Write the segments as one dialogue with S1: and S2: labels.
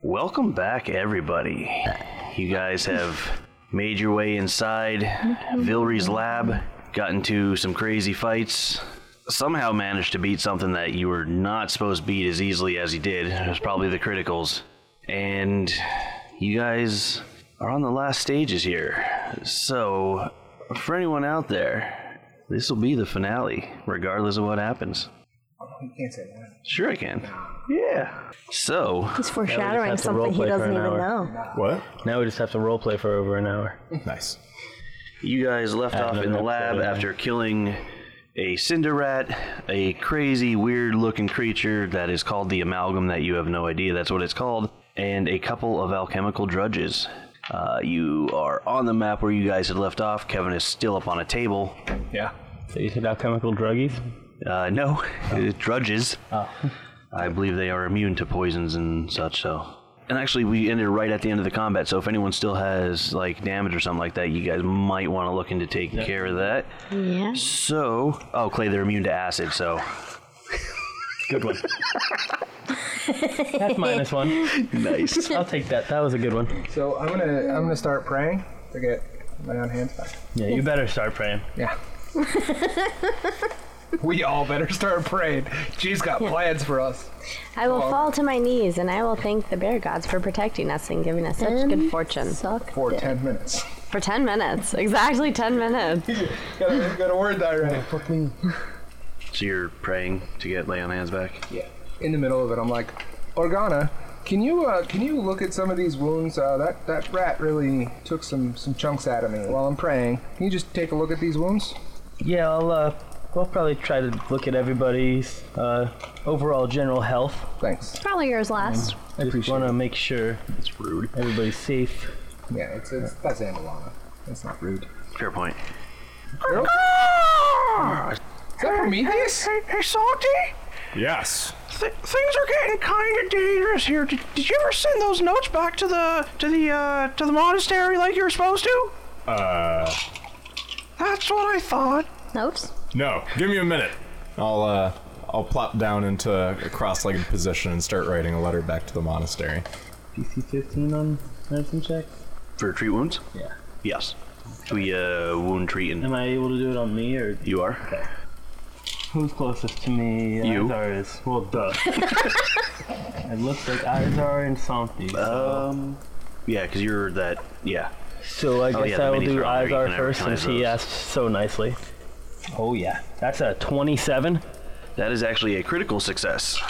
S1: Welcome back, everybody. You guys have made your way inside Vilry's lab, got into some crazy fights, somehow managed to beat something that you were not supposed to beat as easily as you did. It was probably the criticals. And you guys are on the last stages here. So, for anyone out there, this will be the finale, regardless of what happens.
S2: You can't say that.
S1: Sure, I can. Yeah. So,
S3: He's
S4: have
S3: foreshadowing
S4: to
S3: something he
S4: roleplay for
S3: doesn't
S4: an
S3: even
S4: hour.
S3: know.
S5: What?
S4: Now we just have to roleplay for over an hour.
S5: Nice.
S1: You guys left
S4: At
S1: off in
S4: another
S1: the lab
S4: episode, yeah.
S1: after killing a cinder rat, a crazy, weird looking creature that is called the amalgam, that you have no idea that's what it's called, and a couple of alchemical drudges. Uh, you are on the map where you guys had left off. Kevin is still up on a table.
S2: Yeah.
S4: So you said alchemical druggies?
S1: Uh, no,
S4: Oh.
S1: drudges. I believe they are immune to poisons and such. So, and actually, we ended right at the end of the combat. So, if anyone still has like damage or something like that, you guys might want to look into taking care of that.
S3: Yeah.
S1: So, oh, Clay, they're immune to acid. So,
S4: Good one. That's minus one.
S1: nice.
S4: I'll take that. That was a good one.
S2: So I'm gonna I'm gonna start praying to get my own hands back.
S4: Yeah, you better start praying.
S2: Yeah. we all better start praying. G's got plans for us.
S3: I will fall to my knees and I will thank the bear gods for protecting us and giving us such good fortune.
S6: Suck.
S2: For ten minutes.
S3: For 10 minutes. Exactly 10 minutes.
S2: got, a, got a word that right.
S1: so you're praying to get lay on hands back.
S2: Yeah. In the middle of it, I'm like, Organa, can you uh, can you look at some of these wounds? Uh, that that rat really took some some chunks out of me while I'm praying. Can you just take a look at these wounds?
S4: Yeah, I'll, uh, we'll probably try to look at everybody's, uh, overall general health.
S2: Thanks.
S6: Probably yours last.
S2: I
S4: Just
S2: appreciate
S4: want to
S2: it.
S4: make sure
S1: That's rude.
S4: everybody's safe.
S2: Yeah, it's, it's that's Amalana. That's not rude.
S1: Fair point.
S2: Is that Prometheus?
S1: hey, Salty.
S5: Yes.
S1: Th- things are getting kind of dangerous here. Did, did you ever send those notes back to the to the uh, to the monastery like you were supposed to?
S5: Uh,
S1: That's what I thought.
S3: Mm.
S6: Notes?
S5: no. Give me a minute. I'll uh, I'll plop down into a cross-legged position and start writing a letter back to the monastery.
S4: DC 15 on medicine check?
S1: For treat wounds?
S4: Yeah.
S1: Yes. We uh, wound treat and
S4: Am I able to do it on me or
S1: you are.
S4: who's closest to me?
S1: You.
S4: Izar is. Well, duh. it looks like Izar and Somthi.
S1: Um, yeah, because you're that. Yeah.
S4: So I
S1: Oh,
S4: guess
S1: yeah,
S4: I
S1: the
S4: will
S1: minis
S4: do
S1: are on there. You
S4: Izar
S1: can
S4: first since
S1: recognize
S4: he
S1: those.
S4: asked so nicely. Oh yeah, that's a 27.
S1: That is actually a critical success.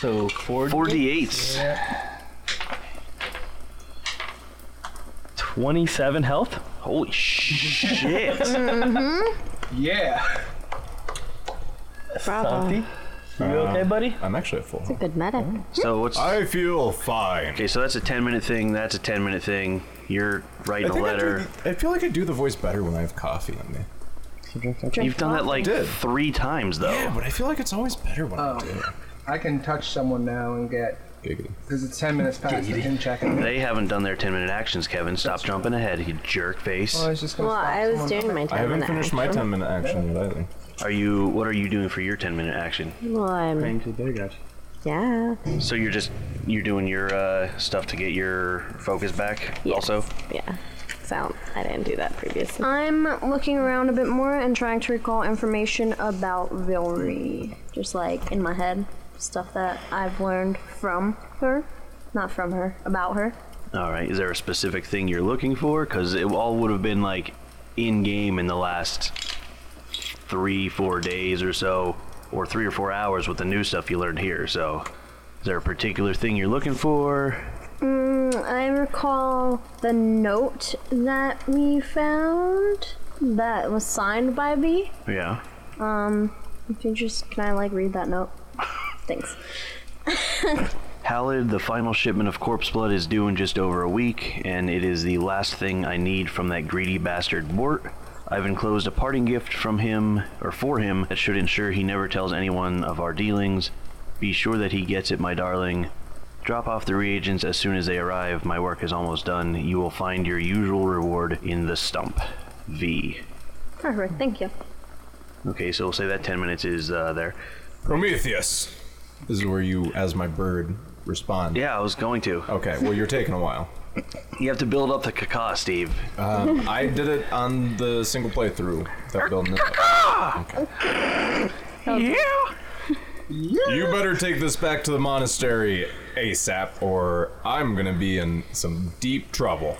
S4: So 40.
S1: Four d8s.
S4: 27 health.
S1: Holy shit!
S2: Yeah.
S3: Bravo.
S4: Somthi, you okay, buddy?
S5: I'm actually at full. health.
S3: Good medic.
S6: Mm.
S1: so what's
S5: I feel fine.
S1: okay? So that's a ten minute thing. That's a ten minute thing. You're writing
S5: I,
S1: a
S5: think I,
S1: letter.
S5: do, I feel like I do the voice better when I have coffee in me.
S1: You've done that like
S5: Did.
S1: three times though.
S5: Yeah, but I feel like it's always better when
S1: Oh.
S5: I do. it.
S2: I can touch someone now and get
S5: Giggity.
S2: because it's ten minutes past the him checking.
S1: They haven't done their ten minute actions, Kevin. Stop jumping ahead, you jerk face.
S2: I was just gonna
S3: Well,
S2: stop
S3: I was
S2: someone.
S3: doing my
S5: I
S3: 10
S5: haven't
S3: minute
S5: finished my
S3: action.
S5: 10 minute action yet either.
S1: Are you? What are you doing for your ten minute action?
S3: Well, I'm,
S4: to the guys.
S3: yeah.
S1: So you're just you're doing your uh, stuff to get your focus back.
S3: Yes.
S1: Also,
S3: Yeah. So I didn't do that previously.
S6: I'm looking around a bit more and trying to recall information about Vilry. Just like in my head, stuff that I've learned from her. Not from her, about her.
S1: All right. Is there a specific thing you're looking for? Because it all would have been like in game in the last three, four days or so, or three or four hours with the new stuff you learned here. So, is there a particular thing you're looking for?
S6: I recall the note that we found that was signed by B.
S1: Yeah.
S6: If you just can I like read that note? Thanks.
S1: Halid, the final shipment of corpse blood is due in just over a week, and it is the last thing I need from that greedy bastard Bort. I've enclosed a parting gift from him, or for him, that should ensure he never tells anyone of our dealings. Be sure that he gets it, my darling. Drop off the reagents as soon as they arrive. My work is almost done. You will find your usual reward in the stump. V.
S6: Perfect, thank you.
S1: Okay, so we'll say that 10 minutes is uh, there.
S5: Prometheus. This is where you, as my bird, respond?
S1: Yeah, I was going to.
S5: Okay, well, you're taking a while.
S1: You have to build up the caca, Steve.
S5: Um, I did it on the single playthrough without building it.
S1: Yeah.
S5: You better take this back to the monastery ASAP, or I'm gonna be in some deep trouble.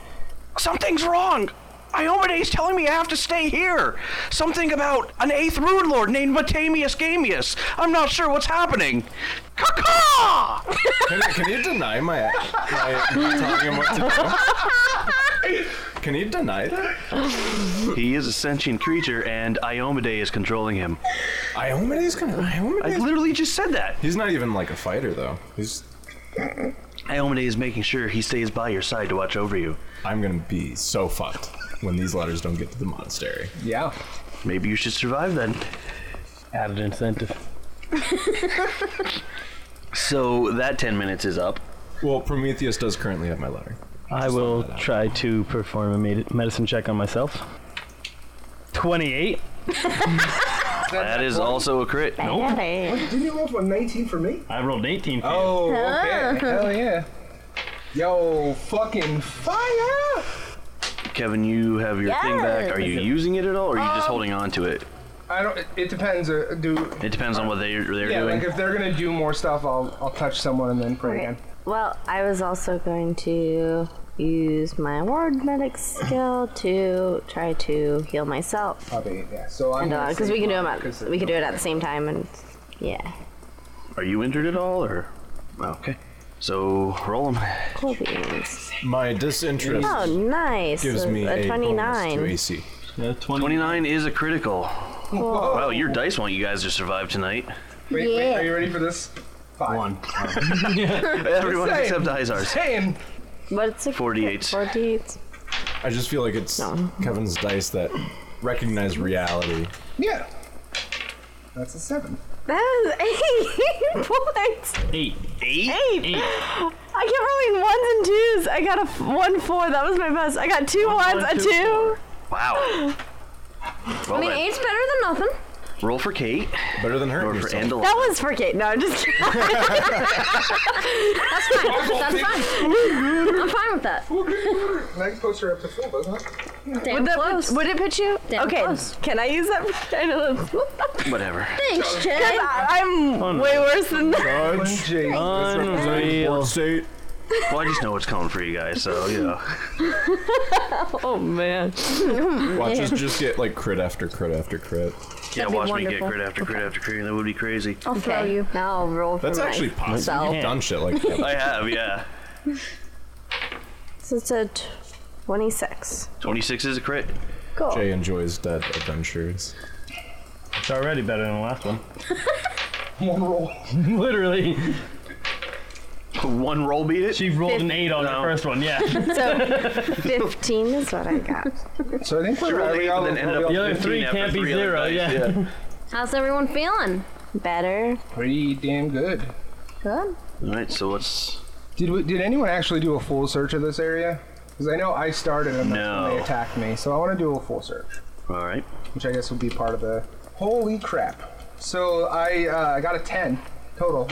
S1: Something's wrong. Iomedes telling me I have to stay here. Something about an eighth rune lord named Matamius Gamius. I'm not sure what's happening. Caca!
S5: Can, can you deny my, my telling him what to do? Can you deny that?
S1: He is a sentient creature, and Iomade is controlling him.
S5: Iomedes gonna.
S1: I
S5: Iomedes?
S1: literally just said that.
S5: He's not even like a fighter, though. He's.
S1: Iomade is making sure he stays by your side to watch over you.
S5: I'm gonna be so fucked when these letters don't get to the monastery.
S2: Yeah.
S1: Maybe you should survive then.
S4: Added incentive.
S1: So that 10 minutes is up.
S5: Well, Prometheus does currently have my letter.
S4: I will try to perform a med- medicine check on myself. 28.
S1: That is also a crit. Nope.
S3: Hey.
S2: Didn't you roll for 19 for me?
S4: I rolled 18 for you.
S2: Oh, okay. Hell yeah. Yo, fucking fire!
S1: Kevin, you have your thing back. Are you using it at all, or are you
S2: Um,
S1: just holding on to it?
S2: I don't. It, it depends. Uh, do
S1: It depends on what they're, they're
S2: yeah,
S1: doing.
S2: like if they're gonna do more stuff, I'll I'll touch someone and then pray again.
S3: Well, I was also going to use my ward medic skill to try to heal myself.
S2: Probably Oh, yeah. So I'm gonna
S3: Because
S2: say
S3: uh, we can do them
S2: mine,
S3: at
S2: 'cause
S3: we can do it at the same time, and yeah,
S1: Are you injured at all, or? Okay. So roll them.
S3: cool beans.
S5: My disinterest
S3: Oh, nice.
S5: gives
S3: a,
S5: me
S3: a
S5: a, bonus to
S3: 29.
S5: AC.
S4: Yeah, 20.
S1: 29 is a critical.
S2: Whoa.
S1: Wow, your dice want you guys to survive tonight.
S2: Wait, wait, are you ready for this? Five.
S7: One.
S1: Everyone
S2: Same.
S1: except Izar's.
S2: Ten.
S3: What's it?
S1: 48.
S3: 48.
S5: I just feel like it's
S3: No.
S5: Kevin's dice that recognize reality.
S2: Yeah. That's a seven.
S3: That is eight points.
S4: Eight.
S1: Eight?
S3: Eight. I kept rolling ones and twos. I got a f- one four. That was my best. I got two ones,
S4: one,
S3: a
S4: two,
S3: two.
S1: Wow. Well,
S6: I mean,
S1: then,
S6: eight's better than nothing.
S1: roll for Kate
S5: Better than her.
S1: or for Andalon.
S3: That was for Kate. No, I'm just kidding.
S6: That's fine. I'm fine with that.
S2: Next poster up to full, doesn't it?
S6: Damn
S3: Would, that
S6: close.
S3: put, would it put you?
S6: Damn
S3: okay.
S6: close.
S3: Can I use that? For, I know that's,
S1: Whatever.
S6: Thanks, Jay.
S3: I, am
S5: Oh,
S3: way worse than that.
S4: Unreal.
S5: State.
S1: Well, I just know what's coming for you guys, so, you know.
S3: Oh man.
S5: Watch us just get like crit after crit after crit.
S1: Yeah,
S6: That'd be
S1: watch me
S6: wonderful. Oh.
S1: get crit after crit after crit, and that would be crazy.
S6: I'll throw you.
S3: Now I'll roll for
S5: That's
S3: my-
S5: actually possible.
S3: myself.
S5: You've done shit like that.
S1: I have, yeah.
S3: So it's a t- 26.
S1: 26 is a crit.
S3: Cool.
S5: Jay enjoys dead adventures.
S4: It's already better than the last one.
S2: One roll.
S4: Literally.
S1: One roll beat it.
S4: She rolled an 8 on
S1: No.
S4: the first one, yeah.
S3: 15 is what I got.
S2: So I think we're
S1: rolled
S2: ready.
S1: eight,
S2: I'll-
S1: and then ended
S2: I'll
S1: up
S2: be
S4: The other
S1: 15
S4: three
S1: after
S4: can't be
S1: three other
S4: zero,
S1: dice,
S4: yeah.
S6: How's everyone feeling?
S3: Better.
S2: pretty damn good.
S6: Good.
S1: All right, so let's.
S2: Did we, did anyone actually do a full search of this area? Because I know I started and that's
S1: No.
S2: when they attacked me, so I want to do a full search,
S1: All right.
S2: which I guess would be part of the. Holy crap! So I uh, got a ten total,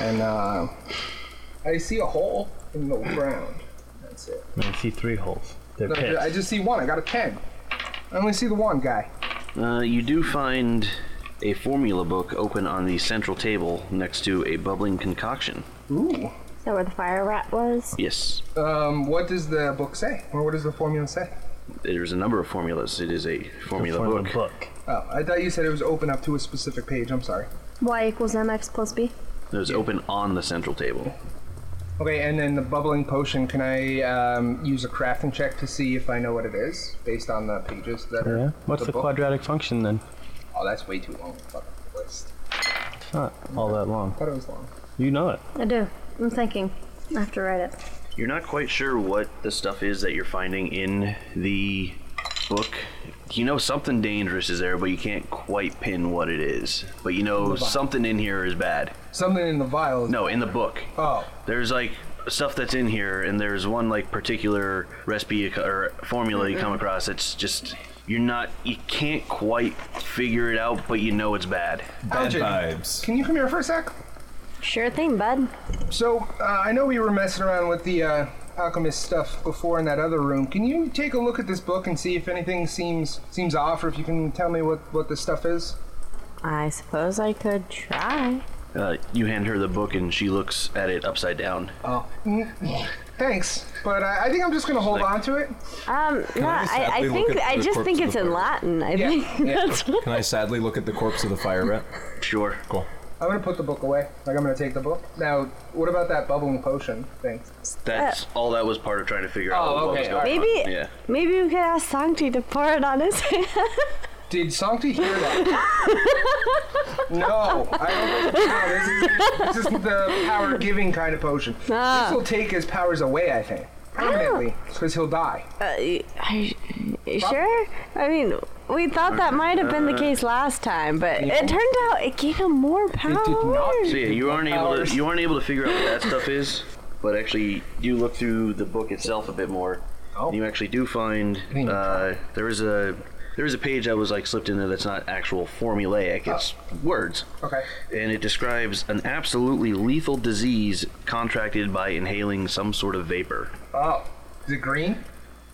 S2: and uh, I see a hole in the ground. That's it.
S4: I see three holes. They're
S2: No,
S4: pissed.
S2: I just see one. I got a ten. I only see the one guy.
S1: Uh, you do find a formula book open on the central table next to a bubbling concoction.
S2: Ooh.
S3: Is that where the fire rat was?
S1: Yes.
S2: Um, what does the book say, or what does the formula say?
S1: There's a number of formulas. It is a formula,
S4: From the
S1: book.
S4: book.
S2: Oh, I thought you said it was open up to a specific page. I'm sorry.
S6: Y equals mx plus b.
S1: There's open on the central table.
S2: Okay, and then the bubbling potion. Can I um, use a crafting check to see if I know what it is based on the pages that are?
S4: Yeah. What's
S2: the
S4: the,
S2: book?
S4: quadratic function then?
S2: Oh, that's way too long. Fuck list.
S4: It's not all that long.
S2: Thought it was long.
S4: You know it.
S6: I do. I'm thinking. I have to write it.
S1: You're not quite sure what the stuff is that you're finding in the book. You know something dangerous is there, but you can't quite pin what it is. But you know something in here is bad.
S2: Something in the vial. is-
S1: No, in the book.
S2: Oh,
S1: There's like stuff that's in here, and there's one like particular recipe you co- or formula you come across. It's just you're not, you can't quite figure it out, but you know it's bad.
S5: Bad
S2: Algin,
S5: vibes.
S2: Can you come here for a sec?
S3: Sure thing, bud.
S2: So uh, I know we were messing around with the uh, alchemist stuff before in that other room. Can you take a look at this book and see if anything seems seems off, or if you can tell me what what this stuff is?
S3: I suppose I could try.
S1: Uh, you hand her the book and she looks at it upside down.
S2: Oh, thanks. But I, I think I'm just gonna hold on to it.
S3: Um, no,
S5: I
S3: I, I
S5: sadly look
S3: think
S5: at
S3: I
S5: the
S3: just
S5: corpse
S3: think
S5: of
S3: it's
S5: the
S3: in
S5: pirate?
S3: Latin. I
S2: Yeah,
S3: think
S2: yeah.
S3: that's what.
S5: Can I sadly look at the corpse of the fire rat?
S1: Sure.
S5: Cool.
S2: I'm gonna put the book away. Like I'm gonna take the book. Now, what about that bubbling potion thing?
S1: That's all that was part of trying to figure out
S2: Uh, Oh,
S1: what was
S2: okay, all
S1: going
S2: right.
S1: on.
S3: Maybe
S1: Yeah.
S3: maybe we could ask Sangti to pour it on his hand.
S2: Did Songti hear that? no, I don't. No, this, is, this isn't the power-giving kind of potion. This will take his powers away, I think, permanently, because he'll die.
S3: Uh, y- are you- you sure? I mean, we thought that might have
S5: Uh,
S3: been the case last time, but it turned out it gave him more power.
S2: not.
S1: So yeah, you aren't able to you aren't able to figure out what that stuff is, but actually you look through the book itself a bit more.
S2: Oh.
S1: You actually do find
S2: mean,
S1: uh, there is a there is a page that was like slipped in there that's not actual formulaic. It's words.
S2: Oh. Okay.
S1: And it describes an absolutely lethal disease contracted by inhaling some sort of vapor.
S2: Oh, is it green?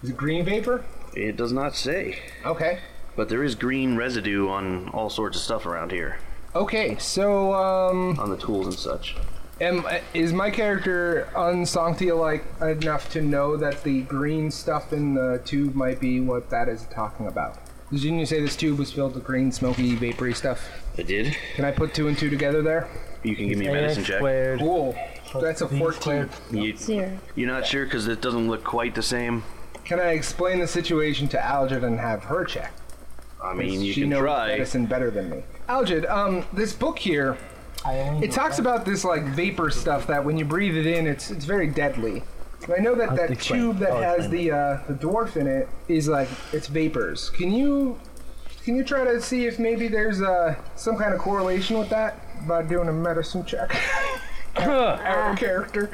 S2: Is it green vapor?
S1: It does not say,
S2: Okay.
S1: but there is green residue on all sorts of stuff around here,
S2: Okay, so um,
S1: on the tools and such.
S2: am, is my character unsanctia like enough to know that the green stuff in the tube might be what that is talking about? Didn't you say this tube was filled with green, smoky, vapory stuff?
S1: I did.
S2: Can I put two and two together there?
S1: You can give me a
S4: A
S1: medicine check.
S4: squared.
S2: Cool. That's a
S4: B
S2: 14.
S4: squared.
S1: You,
S6: Zero.
S1: you're not sure because it doesn't look quite the same.
S2: Can I explain the situation to Algid and have her check?
S1: I mean, you
S2: she
S1: can
S2: knows
S1: try.
S2: medicine better than me. Algid, um, this book here,
S4: I only
S2: It talks about this like vapor stuff that when you breathe it in, it's it's very deadly. And I know that
S4: I'll
S2: that
S4: explain. Oh,
S2: tube that
S4: I'll
S2: has
S4: explain
S2: the uh, the dwarf in it is like it's vapors. Can you can you try to see if maybe there's uh, some kind of correlation with that by doing a medicine check? Our character.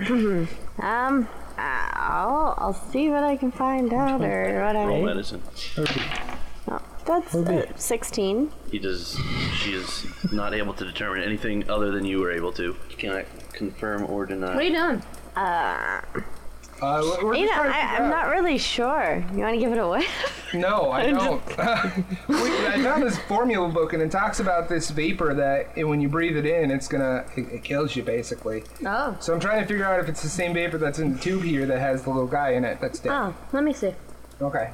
S3: Um, I'll I'll see what I can find out or what
S1: Roll
S3: I.
S1: medicine.
S3: Oh, that's uh, sixteen.
S1: He does. She is not able to determine anything other than you were able to. You cannot confirm or
S6: What are
S1: deny.
S6: you doing?
S2: Uh, we're- we're
S3: You know,
S2: just trying to
S3: I,
S2: figure out.
S3: I'm not really sure. You want to give it away?
S2: No, I don't. we, I found this formula book and it talks about this vapor that uh, when you breathe it in, it's gonna it, it kills you basically.
S6: Oh.
S2: So I'm trying to figure out if it's the same vapor that's in the tube here that has the little guy in it that's dead.
S6: Oh, let me see.
S2: Okay.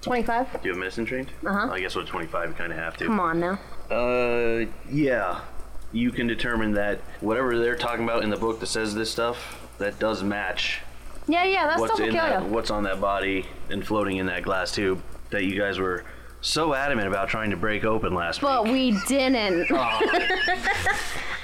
S6: 25?
S1: Do you have medicine trained?
S6: Uh-huh.
S1: I guess with 25, you kind of have to.
S6: Come on now.
S1: Uh, yeah. You can determine that whatever they're talking about in the book that says this stuff, that does match
S6: Yeah, yeah, that
S1: what's
S6: stuff will
S1: in
S6: kill
S1: that,
S6: you.
S1: what's on that body and floating in that glass tube that you guys were so adamant about trying to break open last
S6: But
S1: week.
S6: Oh, we didn't.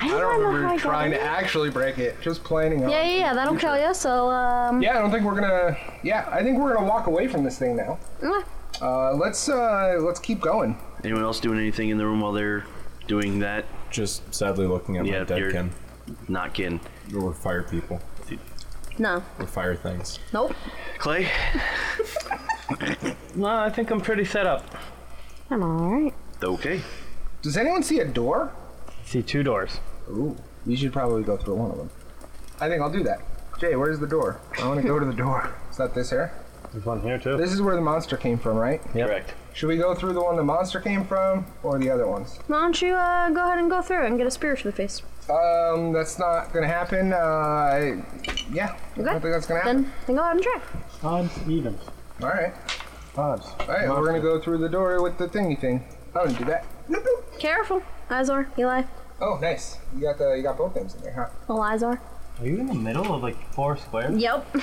S6: Yeah,
S3: I
S2: I don't
S3: don't, know how I
S2: remember
S3: got
S2: trying
S3: it.
S2: to actually break it. Just planning on.
S6: yeah, yeah, that'll kill you. So, um,
S2: Yeah, I don't think we're gonna. Yeah, I think we're gonna walk away from this thing now.
S6: mwah.
S2: Uh, let's uh, let's keep going.
S1: Anyone else doing anything in the room while they're doing that?
S5: Just sadly looking at
S1: Yeah,
S5: my dead
S1: you're-
S5: kin.
S1: Not kin.
S5: We're fire people.
S6: no,
S5: We're fire things.
S6: nope.
S1: Clay,
S4: No, I think I'm pretty set up.
S3: I'm all right.
S1: Okay.
S2: Does anyone see a door?
S4: See two doors.
S2: Ooh, you should probably go through one of them. I think I'll do that. Jay, where's the door? I want to go to the door. Is that this here?
S4: There's one here too.
S2: This is where the monster came from, right?
S4: Yep.
S1: Correct.
S2: Should we go through the one the monster came from, or the other ones?
S6: Why don't you uh, go ahead and go through and get a spear to the face?
S2: Um, that's not gonna happen. Uh, I- yeah, I don't think that's gonna happen.
S6: Then, then go ahead and try.
S4: Odds, evens,
S2: All right,
S4: odds.
S2: all right. We're gonna go through the door with the thingy thing. I'm gonna do that. Bloop, bloop.
S6: Careful, Izar, Eli.
S2: Oh, nice. You got the you got both names in there, huh?
S6: Oh, Izar.
S4: Are you in the middle of like four squares?
S6: Yep.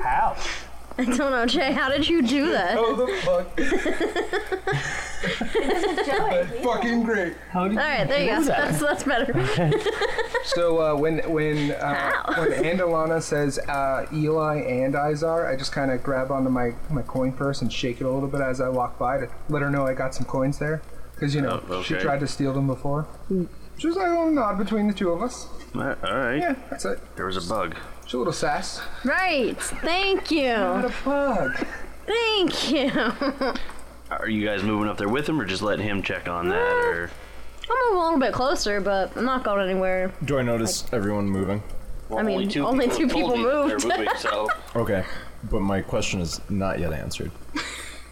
S4: How?
S6: I don't know, Jay. How did you do that?
S2: Oh, the fuck! fucking great.
S4: How did
S6: All right, there you go. That's that's better.
S2: So uh, when when uh, when Andalana says uh, Eli and Izar, I just kind of grab onto my my coin purse and shake it a little bit as I walk by to let her know I got some coins there, because you know
S1: Oh,
S2: she
S1: okay.
S2: tried to steal them before. She was like, "Oh, nod between the two of us."
S1: All right.
S2: Yeah, that's it.
S1: There was a bug.
S2: She's a little sass.
S6: Right. Thank you.
S2: What a bug.
S6: Thank you.
S1: Are you guys moving up there with him, or just letting him check on that? Or
S6: I'll move a little bit closer, but I'm not going anywhere.
S5: Do I notice everyone moving?
S1: Well,
S6: I mean, only two
S1: told
S6: people
S1: me that
S6: moved.
S1: They're moving, so
S5: Okay, but my question is not yet answered.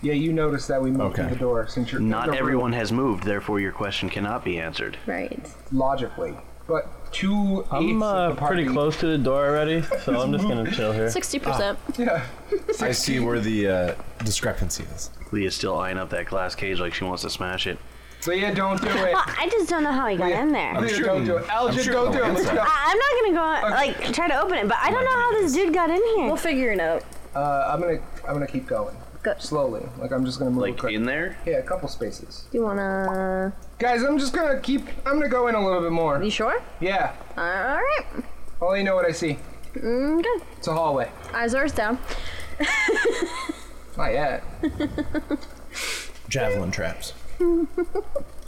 S2: Yeah, you noticed that we moved
S5: Okay.
S2: through the door since you're
S1: not
S2: you're-
S1: everyone has moved, therefore your question cannot be answered.
S6: Right.
S2: logically, but two.
S4: I'm
S2: eighths of
S4: uh,
S2: the party-
S4: pretty close to the door already, so I'm just gonna chill here.
S6: 60%.
S2: Yeah,
S5: I see where the uh, discrepancy is.
S1: Leah's still eyeing up that glass cage like she wants to smash it.
S2: Leah, don't do it.
S3: Well, Oh, I just don't know how he got in there. I,
S2: Leah,
S5: sure-
S2: don't do it. Algin,
S5: sure
S2: don't
S5: the
S2: do it. Let's go.
S3: I'm not gonna go like try to open it, but I don't know how this dude got in here.
S6: We'll figure it out.
S2: Uh, I'm gonna I'm gonna keep going
S6: Go.
S2: slowly. Like I'm just gonna move.
S1: Like
S2: quick.
S1: in there?
S2: yeah, a couple spaces.
S6: Do you wanna.
S2: Guys, I'm just gonna keep. I'm gonna go in a little bit more.
S6: You sure?
S2: Yeah.
S6: Alright. Mm,
S2: I'll let you know what I see.
S6: Okay.
S2: It's a hallway.
S6: Eyes are down.
S2: Not yet.
S5: Javelin traps.
S2: Do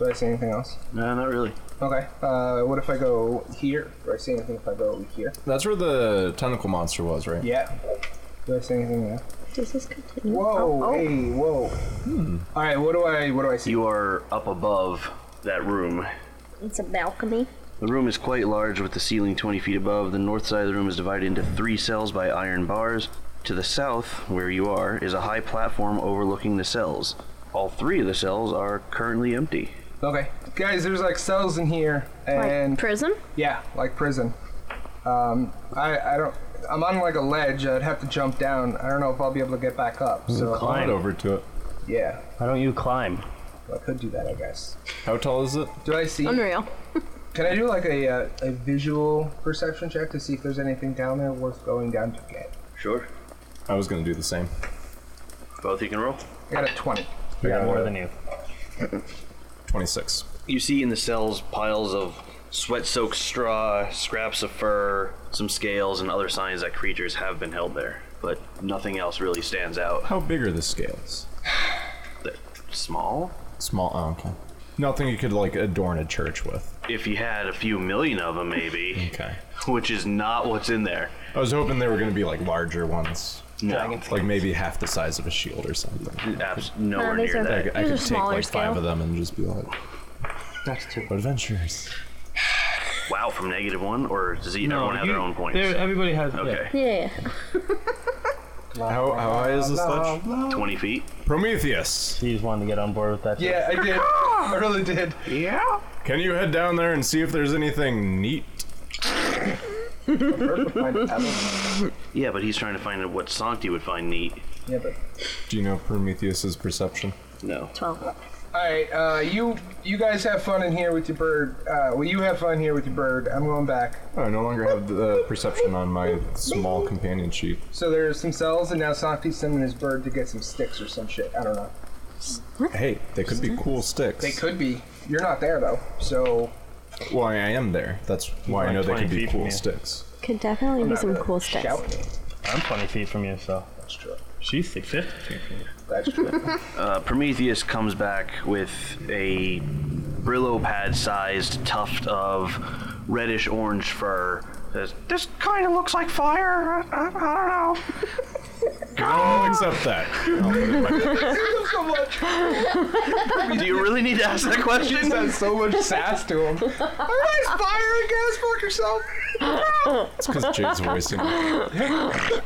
S2: I see anything else?
S1: No, not really.
S2: Okay. Uh, what if I go here? Do I see anything if I go over here?
S5: That's where the tentacle monster was, right?
S2: Yeah. Do I see anything there?
S6: Does this continue? Oh,
S2: Whoa! Hey! Whoa! All right. What do I? What do I see?
S1: You are up above that room.
S6: It's a balcony.
S1: The room is quite large with the ceiling 20 feet above. The north side of the room is divided into three cells by iron bars. To the south, where you are, is a high platform overlooking the cells. All three of the cells are currently empty.
S2: Okay, guys. There's like cells in here, and
S6: Prison?
S2: yeah, like prison. Um, I I don't. I'm on like a ledge. I'd have to jump down. I don't know if I'll be able to get back up. So
S5: Climb over to it.
S2: yeah,
S4: Why don't you climb?
S2: I could do that, I guess.
S5: How tall is it?
S2: Do I see?
S6: Unreal.
S2: Can I do like a uh, a visual perception check to see if there's anything down there worth going down to get?
S1: Sure.
S5: I was gonna do the same.
S1: Both you can roll.
S2: I got a twenty.
S4: I got more than you.
S5: Twenty-six.
S1: You see in the cells piles of sweat soaked straw, scraps of fur, some scales, and other signs that creatures have been held there. But nothing else really stands out.
S5: How big are the scales?
S1: They're small?
S5: Small. Oh, okay. Nothing you could like adorn a church with.
S1: If you had a few million of them, maybe.
S5: Okay.
S1: Which is not what's in there.
S5: I was hoping they were gonna be like larger ones,
S1: No.
S5: like maybe half the size of a shield or something.
S1: Abs- nowhere
S6: Uh, these
S1: near
S6: are-
S1: that.
S5: I, could- I
S6: These are
S5: could take
S6: smaller
S5: like
S6: scale.
S5: five of them and just be like
S4: That's two.
S5: adventures.
S1: Wow, from negative one, or does he, everyone have their own points?
S4: Everybody has.
S1: okay,
S6: Yeah.
S5: How, how high is this ledge?
S1: twenty feet.
S5: Prometheus,
S4: He just wanted to get on board with that.
S2: Yeah, I did. I really did.
S5: can you head down there and see if there's anything neat?
S1: Yeah, but he's trying to find out what Sancti would find neat.
S2: yeah, but
S5: Do you know Prometheus's perception?
S1: No.
S6: 12.
S2: All right, uh, you you guys have fun in here with your bird. Uh, well, you have fun here with your bird. I'm going back.
S5: Oh, I no longer have the perception on my small companion sheet.
S2: So there's some cells, and now Santi's sending his bird to get some sticks or some shit. I don't know.
S5: Hey, they could be cool sticks.
S2: They could be. You're not there though, so
S5: Well, I am there. That's why I
S4: like
S5: know they
S4: 20
S5: could be
S4: feet from
S5: cool
S4: you.
S5: sticks.
S3: Could definitely be
S2: not
S3: some
S2: really
S3: cool steps.
S2: shouting.
S4: I'm 20 feet from you, so
S2: That's true.
S4: she's 650 feet from you.
S2: That's true.
S1: Uh, Prometheus comes back with a Brillo pad-sized tuft of reddish-orange fur. Says, this kind of looks like fire. I, I, I don't know.
S5: I'll Oh, accept that. I'll put it in my-
S2: so much.
S1: Do you really need to ask that
S2: He
S1: question?
S2: says so much sass to him. Are you guys firing gas? Fuck yourself.
S5: It's because Jay's voicing. it.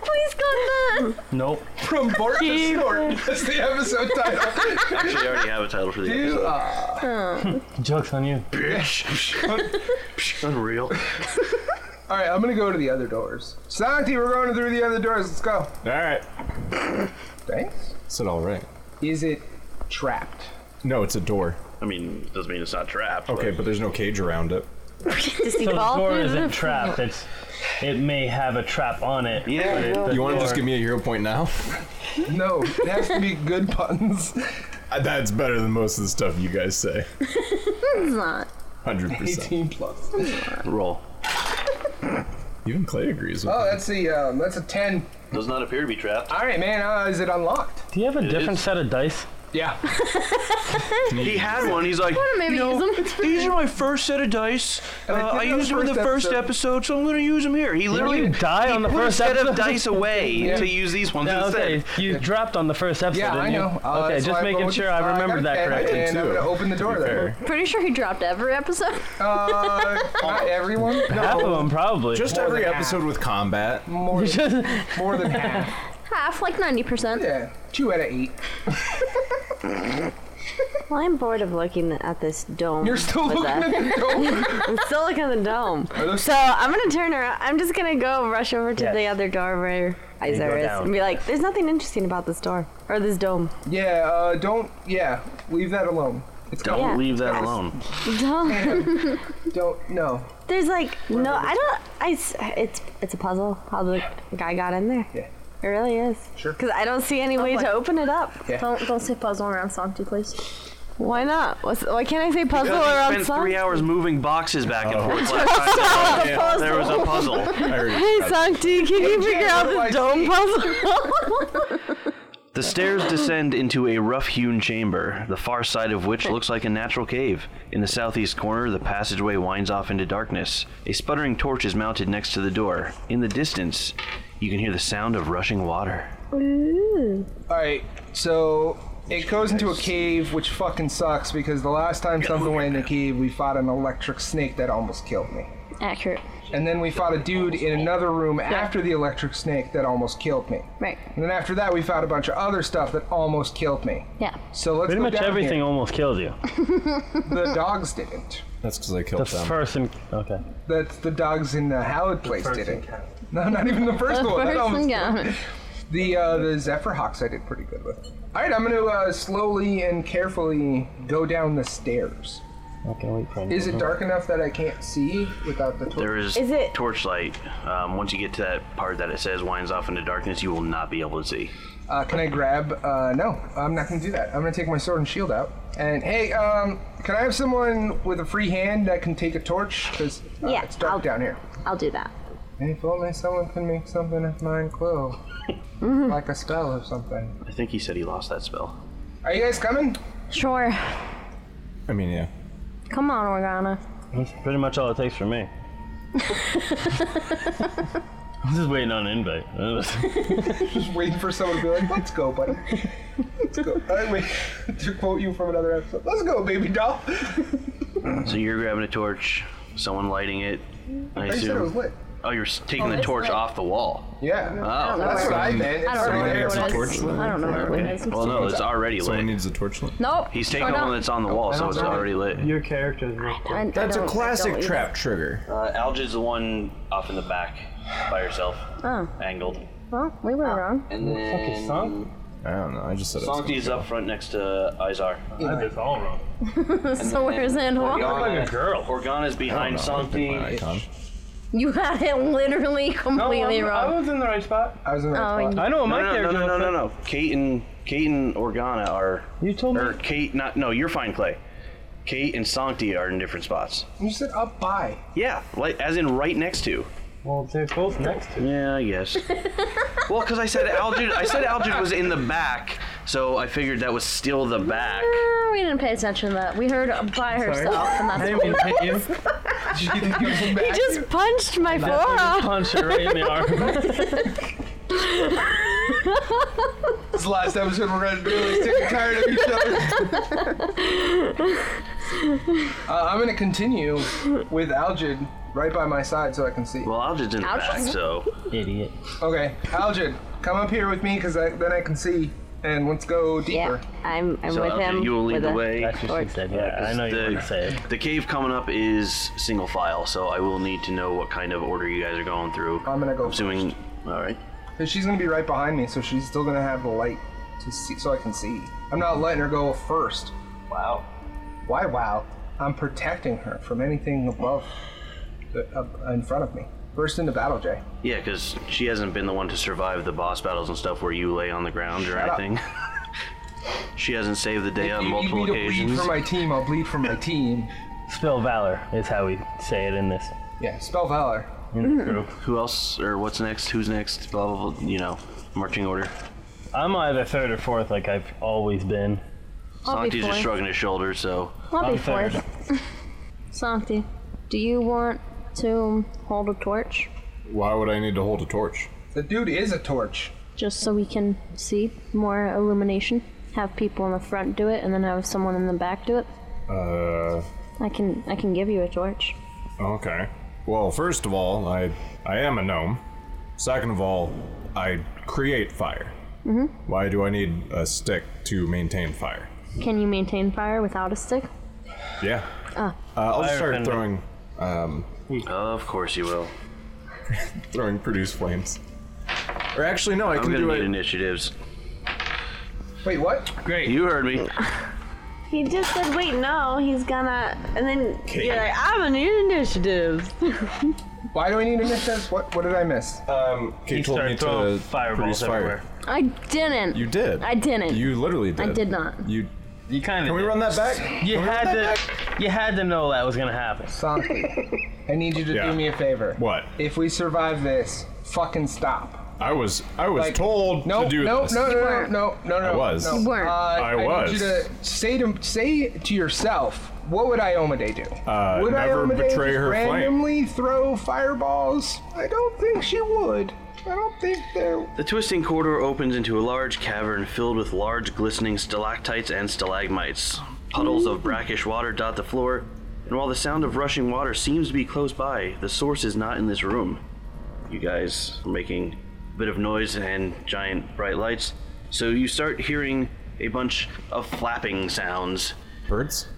S6: Please cut that.
S4: Nope.
S2: From bark to snort. That's the episode title.
S1: Actually, I already have a title for the episode.
S2: You, uh,
S4: Joke's on you.
S1: Unreal.
S2: all right, I'm gonna go to the other doors. Santi, we're going through the other doors. Let's go.
S5: All right.
S2: Thanks.
S5: Said all right.
S2: Is it trapped?
S5: No, it's a door.
S1: I mean, doesn't mean it's not trapped.
S5: Okay, but there's no cage around it.
S3: Does he
S4: So the
S3: fall
S4: door
S3: through the-
S4: isn't trapped. It's, it may have a trap on it.
S1: Yeah,
S4: but it- the
S5: You want to
S4: door-
S5: just give me a hero point now?
S2: No, it has to be good puns.
S5: Uh, That's better than most of the stuff you guys say.
S6: It's not.
S5: Hundred percent.
S2: 18 plus.
S1: roll.
S5: Even Clay agrees with
S2: Oh, that's the um, that's a 10.
S1: Does not appear to be trapped.
S2: All right, man. Uh, is it unlocked?
S4: Do you have a different
S1: is.
S4: set of dice?
S2: Yeah.
S1: He had one. He's like,
S6: maybe
S1: you know,
S6: use 'em."
S1: these are my first set of dice. Uh,
S2: And I think
S1: I
S2: that was
S1: used them in the
S2: first
S1: first episode,
S2: episode.
S1: so I'm going to use them here. He literally
S4: you die
S1: he
S4: on the
S1: put
S4: first
S1: a set of
S4: episode?
S1: dice away
S2: Yeah.
S1: to use these ones
S4: No,
S1: instead.
S4: okay, you dropped on the first episode.
S2: Yeah,
S4: didn't
S2: I
S4: you?
S2: know. Uh,
S4: okay,
S2: that's why
S4: just
S2: I
S4: making
S2: rolled-
S4: sure
S2: uh,
S4: I
S2: got
S4: remembered
S2: a
S4: that
S2: ten,
S4: correctly.
S2: And I'm
S5: Two.
S2: going to open the door there.
S5: Fair.
S6: Pretty sure he dropped every episode.
S2: Uh, not everyone.
S4: Half of
S2: No,
S4: them, probably.
S5: Just
S2: More
S5: every
S2: than half.
S5: episode with combat.
S2: more than,
S4: Just-
S2: more than half.
S6: Half, like 90%.
S2: Yeah, two out of eight.
S3: Well, I'm bored of looking at this dome.
S2: Mm-hmm. You're still
S3: with
S2: looking
S3: us.
S2: at the door.
S3: I'm still looking at the dome.
S2: those-
S3: So I'm gonna turn around. I'm just gonna go rush over to
S4: Yes.
S3: the other door where Izar is
S4: down.
S3: and be like, "There's nothing interesting about this door or this dome."
S2: Yeah, uh, don't. Yeah, leave that alone. It's
S1: Don't
S3: Yeah.
S1: leave that alone.
S3: Dome.
S2: Don't. No.
S3: There's like no. I don't. I. s- It's it's a puzzle how the guy got in there.
S2: Yeah.
S3: It really is.
S2: Sure.
S3: Because I don't see any way
S6: like-
S3: to open it up.
S6: Don't don't say puzzle around Santi, please.
S3: Why not? What's, why can't I say puzzle
S1: Because he
S3: around
S1: spent
S3: Santi?
S1: three hours moving boxes back and forth last time.
S5: Yeah,
S1: There was a puzzle.
S5: I already
S3: Hey
S5: tried.
S3: Santi, can you
S2: Jay,
S3: figure out
S2: what
S3: the
S2: do I
S3: dome puzzle?
S1: The stairs descend into a rough hewn chamber, the far side of which looks like a natural cave. In the southeast corner, the passageway winds off into darkness. A sputtering torch is mounted next to the door. In the distance, you can hear the sound of rushing water.
S2: All right. So it goes into a cave, which fucking sucks because the last time something went in the cave, we fought an electric snake that almost killed me.
S6: Accurate.
S2: And then we fought a dude in another room after the electric snake that almost killed me.
S6: Right.
S2: And then after that, we found a bunch of other stuff that almost killed me.
S6: Yeah.
S2: So let's
S4: Pretty
S2: go
S4: much
S2: down
S4: everything
S2: Here.
S4: almost killed you.
S2: The dogs didn't.
S5: That's because I killed
S4: The
S5: them.
S4: first and okay.
S2: That's the dogs in the Howard place didn't. No, not even the first one. That almost
S6: yeah.
S2: The uh, the Zephyr Hawks I did pretty good with. All right, I'm gonna uh, slowly and carefully go down the stairs.
S4: I can wait for him.
S2: Is it dark enough that I can't see without the torch?
S1: There is,
S3: Is it-
S1: torchlight. Um, once you get to that part that it says winds off into darkness, you will not be able to see.
S2: Uh, can I grab? Uh, no, I'm not gonna do that. I'm gonna take my sword and shield out. And hey, um, can I have someone with a free hand that can take a torch? Because uh,
S3: Yeah,
S2: it's dark
S3: I'll-
S2: down here.
S3: I'll do that.
S2: And if only someone can make something of mine glow,
S3: Mm-hmm.
S2: like a spell or something.
S1: I think he said he lost that spell.
S2: Are you guys coming?
S6: Sure.
S5: I mean, yeah.
S6: Come on, Organa.
S4: That's pretty much all it takes for me. I'm just waiting on an invite. That was-
S2: Just waiting for someone to be like, "Let's go, buddy. Let's go." I wait, to quote you from another episode, "Let's go, baby doll."
S1: So you're grabbing a torch, someone lighting it. I
S2: I said it was
S1: assume.
S2: lit.
S1: Oh, you're s- taking the torch off the wall.
S2: Yeah,
S1: Oh,
S2: that's what I meant.
S6: I don't know where
S5: It's a
S6: it
S5: torch
S6: is.
S5: light.
S6: I don't know where it is.
S1: well, no, it's already
S5: Someone
S1: lit.
S5: needs a torchlight.
S6: Nope.
S1: He's taking
S6: Oh,
S1: the
S6: no.
S1: one that's on the wall, so it's already lit.
S4: Your character's real quick.
S6: I- I
S5: That's a
S6: don't- I
S5: classic
S6: don't
S5: trap trigger.
S1: Uh, Algid's the one off in the back by herself,
S6: Oh.
S1: angled.
S6: either. Well, we were wrong.
S1: And then
S5: I don't know. I just said it. was-
S1: Sancti's up front next to Izar.
S4: That's all wrong.
S6: So where's Anwar?
S1: Organa,
S4: girl.
S1: Organa's behind Sancti.
S5: My icon.
S6: You had it literally completely
S4: I
S6: wrong.
S4: was in the right spot.
S2: I was in the right
S6: Oh,
S2: spot.
S4: I know what
S1: No,
S4: my
S1: no, no,
S4: character
S1: no, no,
S4: looks
S1: no,
S4: like.
S1: no. Kate and Kate and Organa are,
S4: You told
S1: or
S4: me.
S1: Kate, not no. You're fine, Clay. Kate and Sancti are in different spots.
S2: You said up by.
S1: Yeah, like as in right next to.
S4: Well, they're both next to.
S1: Yeah, I guess. well, because I said Algid, I said Algid was in the back, so I figured that was still the back.
S6: No,
S3: uh,
S6: we didn't pay attention to that. We heard by herself, and
S4: I
S6: that's
S4: didn't mean to hit you.
S3: He just punched my forearm.
S4: Punch it right in the arm.
S2: This is the last episode we're gonna do is sick and tired of each other. uh, I'm gonna continue with Algid right by my side so I can see.
S1: Well, Algid's in the back,
S6: Algid's-
S1: so
S4: Idiot.
S2: Okay, Algid, come up here with me because then I can see, and let's go
S3: Yeah,
S2: deeper.
S3: I'm I'm
S1: so
S3: with him.
S1: Algid, you will lead
S3: with
S1: the
S3: a-
S1: way.
S4: That's what she said. Yeah, I know you
S1: the,
S4: want to say it.
S1: the cave coming up is single file, so I will need to know what kind of order you guys are going through.
S2: I'm gonna go
S1: assuming. All right.
S2: 'Cause she's gonna be right behind me, so she's still gonna have the light to see, so I can see. I'm not letting her go first.
S1: Wow.
S2: Why? Wow. I'm protecting her from anything above, the, up in front of me. Burst into battle, Jay.
S1: Yeah, because she hasn't been the one to survive the boss battles and stuff where you lay on the ground or
S2: Shut up.
S1: anything. she hasn't saved the day on
S2: you
S1: multiple
S2: need me to
S1: occasions.
S2: bleed for my team. I'll bleed for my team.
S4: Spill valor is how we say it in this
S2: Yeah, spell valor.
S5: Hmm.
S4: in this group.
S1: Who else or what's next? Who's next? Blah blah blah. You know, marching order.
S4: I'm either third or fourth, like I've always been.
S6: I'll be
S1: Santi's just
S6: fourth.
S1: shrugging his shoulders, so
S6: I'll
S4: I'm
S6: be
S4: third.
S6: fourth. Santi, do you want to hold a torch
S5: Why would I need to hold a torch?
S2: The dude is a torch.
S6: just so we can see more illumination? Have people in the front do it, and then have someone in the back do it.
S5: Uh,
S6: I can I can give you a torch.
S5: okay. Well, first of all, I I am a gnome. Second of all, I create fire. Mm-hmm. Why do I need a stick to maintain fire?
S6: Can you maintain fire without a stick?
S5: Yeah. Uh, I'll
S4: Fire
S5: start
S4: fender.
S5: throwing um,
S1: of course you will.
S5: throwing produce flames. Or actually, no, I
S1: I'm
S5: can
S1: gonna
S5: do
S1: need
S5: it.
S1: initiatives.
S2: Wait, what?
S4: Great.
S1: You heard me.
S3: He just said, wait, no, he's gonna. And then you're like, I'm a new initiative.
S2: Why do I need initiatives? What what did I miss?
S5: Um, Kate
S4: You
S5: told
S4: start
S5: me
S4: throwing
S5: to
S4: fireballs
S5: produce fire.
S4: everywhere.
S6: I didn't.
S5: You did.
S6: I didn't.
S5: You literally did.
S6: I did not.
S5: You.
S4: You kind of.
S5: Can we run that back?
S4: You
S5: Can we run
S4: had
S5: that
S4: to. You had to know that was gonna happen.
S2: Santi, I need you to
S5: Yeah.
S2: do me a favor.
S5: What?
S2: If we survive this, fucking stop.
S5: I was. I was
S2: Like,
S5: told
S2: No,
S5: to do
S2: no,
S5: this.
S2: no, no, no,
S6: weren't.
S2: no, no, no.
S5: I was.
S2: No.
S5: You
S6: weren't.
S2: Uh,
S5: I
S2: need
S5: was.
S2: you to say to say to yourself, what would Iomade do?
S5: Uh,
S2: would
S5: never
S2: Iomade
S5: betray
S2: just
S5: her flame.
S2: randomly throw fireballs? I don't think she would. I don't think there.
S1: The twisting corridor opens into a large cavern filled with large glistening stalactites and stalagmites. Puddles of brackish water dot the floor, and while the sound of rushing water seems to be close by, the source is not in this room. You guys are making a bit of noise and giant bright lights, so you start hearing a bunch of flapping sounds.
S5: Birds.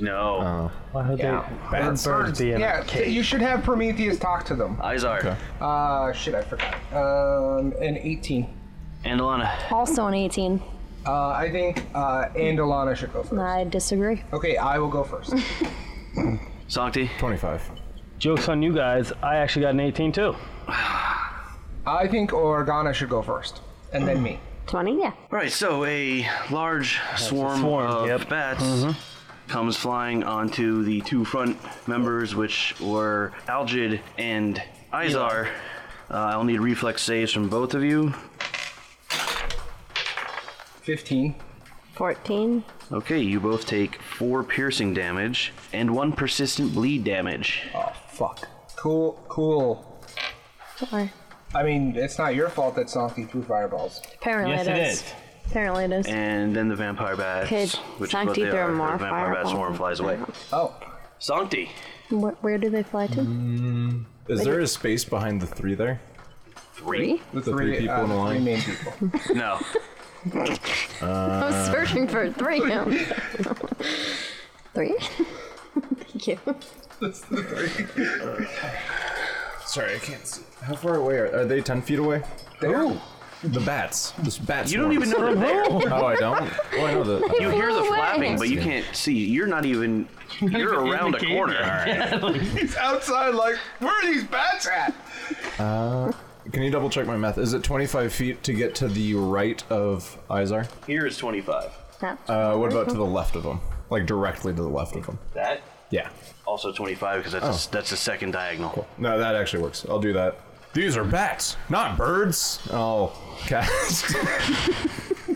S1: No.
S4: Why would
S2: Yeah.
S4: they? Birds, birds be in
S2: yeah,
S4: a cage.
S2: you should have Prometheus talk to them.
S1: Izar
S2: Uh, shit, I forgot. Um, an 18.
S1: and Alana.
S6: Also an 18.
S2: Uh, I think uh, and Alana should go first.
S6: I disagree.
S2: Okay, I will go first.
S1: Sancti,
S5: Twenty-five.
S4: Jokes on you guys. I actually got an 18 too.
S2: I think Organa should go first, and then me.
S3: 20? Yeah.
S1: Right, so a large swarm,
S4: swarm,
S1: of
S4: yep. Mm-hmm.
S1: bats comes flying onto the two front members, which were Algid and Izar. Uh, I'll need reflex saves from both of you.
S2: 15.
S3: 14?
S1: Okay, you both take four piercing damage and one persistent bleed damage.
S2: Oh, fuck. Cool, cool.
S6: Sorry.
S2: I mean, it's not your fault that Santi threw fireballs.
S6: Apparently
S4: Yes,
S6: it
S4: it
S6: is.
S4: is.
S6: Apparently it is.
S1: And then the vampire bats,
S3: Could
S1: which is what
S3: Sancti
S1: they
S3: throw
S1: are.
S3: more
S1: the vampire bat
S3: fireballs?
S1: swarm flies away.
S2: Oh,
S1: Sancti,
S6: Where, where do they fly to?
S5: Is there a space behind the three there?
S1: three?
S2: the
S5: three people in
S2: the
S5: a
S2: three
S5: line?
S2: main people.
S1: No.
S6: I was searching for three. now. three? Thank you.
S5: Sorry, I can't see. How far away are, are they? Ten feet away?
S2: Ooh.
S5: The bats. This bats.
S1: You don't even know they're there.
S5: Oh, I don't. Oh, I know the.
S1: You hear the
S6: away.
S1: flapping, but you can't see. You're not even. You're around a
S4: cave
S1: corner.
S2: He's outside, like, where are these bats at?
S5: Uh, Can you double check my math? Is it 25 feet to get to the right of Izar?
S1: Here is 25.
S6: That's
S5: Uh, what about to the left of him? Like directly to the left of him?
S1: That
S5: Yeah.
S1: also 25 because that's
S5: Oh.
S1: a, that's the second diagonal.
S5: No, that actually works. I'll do that. These are bats, not birds. Oh, cast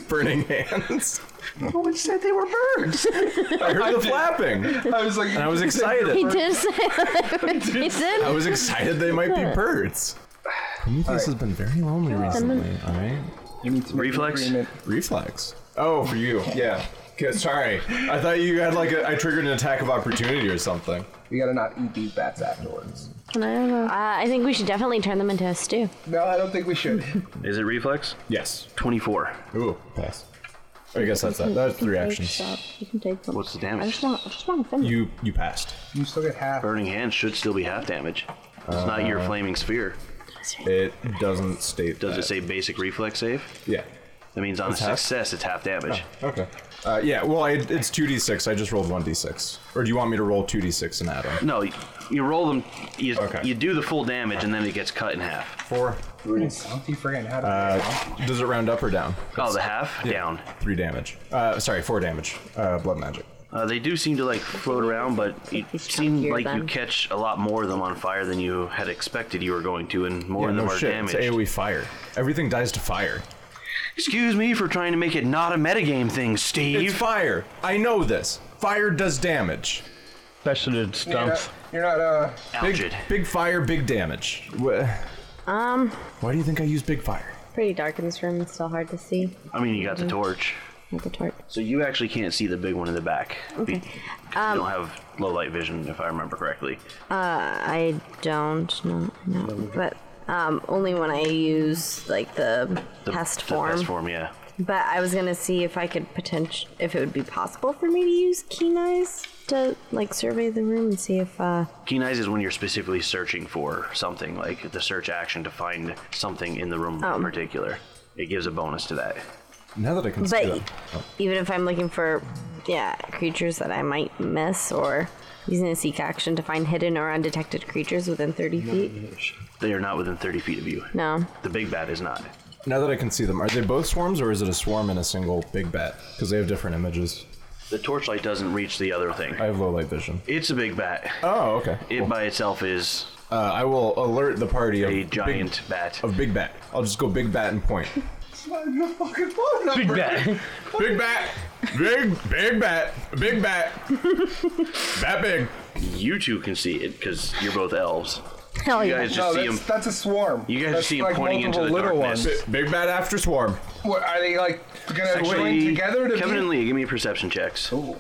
S5: burning hands.
S2: No one said they were birds.
S5: I heard the flapping, and
S2: I was like,
S5: I was
S6: he
S5: excited.
S6: did say he did.
S5: I was excited they might be birds. Prometheus has been very lonely recently. All right.
S2: you need to make
S1: Reflex?
S2: an agreement.
S5: Reflex. Oh, for you. Yeah. 'Kay, Sorry, I thought you had like a, I triggered an attack of opportunity or something.
S2: We gotta not eat these bats afterwards.
S6: Can I have
S3: Uh,
S6: a-
S3: I think we should definitely turn them into a stew.
S2: No, I don't think we should.
S1: Is it reflex?
S5: Yes.
S1: 24.
S5: Ooh, pass. I guess that's that. That's three actions.
S6: You can take them.
S1: What's the
S6: I just
S1: damage?
S6: want, I just want to finish.
S5: You you passed.
S2: you still get half.
S1: Burning hand should still be half damage. It's not your flaming sphere.
S5: It doesn't state.
S1: Does
S5: Uh, that.
S1: it say basic reflex save?
S5: Yeah.
S1: That means on a
S5: It's half? Oh.
S1: success, it's half damage.
S5: Okay. Uh, yeah. Well, I, it's two d six. I just rolled one d six. Or do you want me to roll two d six and add them?
S1: No, y- you roll them, you,
S5: Okay.
S1: you do the full damage, and then it gets cut in half.
S5: Four.
S2: Santi forgetting how to.
S5: Uh, Does it round up or down?
S1: Oh, the half? Down.
S5: Three damage. Uh, sorry, four damage. Uh, blood magic.
S1: Uh, they do seem to like float around, but you
S3: He's
S1: seem
S3: chunkier
S1: like you
S3: then.
S1: catch a lot more of them on fire than you had expected you were going to, and more
S5: Yeah,
S1: of them
S5: no
S1: are
S5: shit.
S1: damaged.
S5: It's AoE fire. Everything dies to fire.
S1: Excuse me for trying to make it not a metagame thing,
S5: It's
S1: Steve.
S5: fire. I know this. Fire does damage.
S4: Especially to
S2: You're
S4: stumps.
S2: not, you're not uh,
S5: Big,
S1: Algid.
S5: big fire, big damage. Wha-
S3: Um,
S5: Why do you think I use big fire?
S3: pretty dark in this room. It's still hard to see
S1: I mean, you got the torch.
S3: with the torch.
S1: So you actually can't see the big one in the back. Okay. you don't have low light vision, if I remember correctly.
S3: I don't know, no, but um, only when I use like the,
S1: The,
S3: pest
S1: the
S3: form.
S1: Pest form, yeah.
S3: But I was gonna see if I could potential if it would be possible for me to use keen eyes to like survey the room and see if uh
S1: Keen eyes is when you're specifically searching for something, like the search action to find something in the room
S3: Oh.
S1: in particular. It gives a bonus to that.
S5: Now that I can
S3: But
S5: see
S3: e- even if I'm looking for, yeah, creatures that I might miss or using a seek action to find hidden or undetected creatures within 30
S5: Oh,
S3: feet.
S1: They are not within 30 feet of you.
S3: No.
S1: The big bat is not.
S5: Now that I can see them, are they both swarms or is it a swarm and a single big bat? Because they have different images.
S1: The torchlight doesn't reach the other thing.
S5: I have low light vision.
S1: It's a big bat.
S5: Oh, okay.
S1: It by itself is
S5: Uh, I will alert the party of
S1: a
S5: big-
S1: giant bat.
S2: Oh.
S5: of big bat. I'll just go big bat and point.
S2: Slide your fucking phone number.
S4: Big bat.
S5: big bat, big big bat, big bat, bat big.
S1: You two can see it because you're both elves.
S6: Hell
S1: You
S6: yeah.
S1: guys
S2: No,
S1: just see
S2: that's,
S1: him.
S2: that's a swarm.
S1: You guys
S2: that's
S1: see him pointing into the
S2: multiple little
S1: darkness.
S2: Ones.
S5: Big bat after swarm.
S2: What, are they like gonna join
S1: Actually,
S2: together to
S1: Kevin
S2: be? Oh.
S1: and Lee, give me perception checks.
S2: Ooh.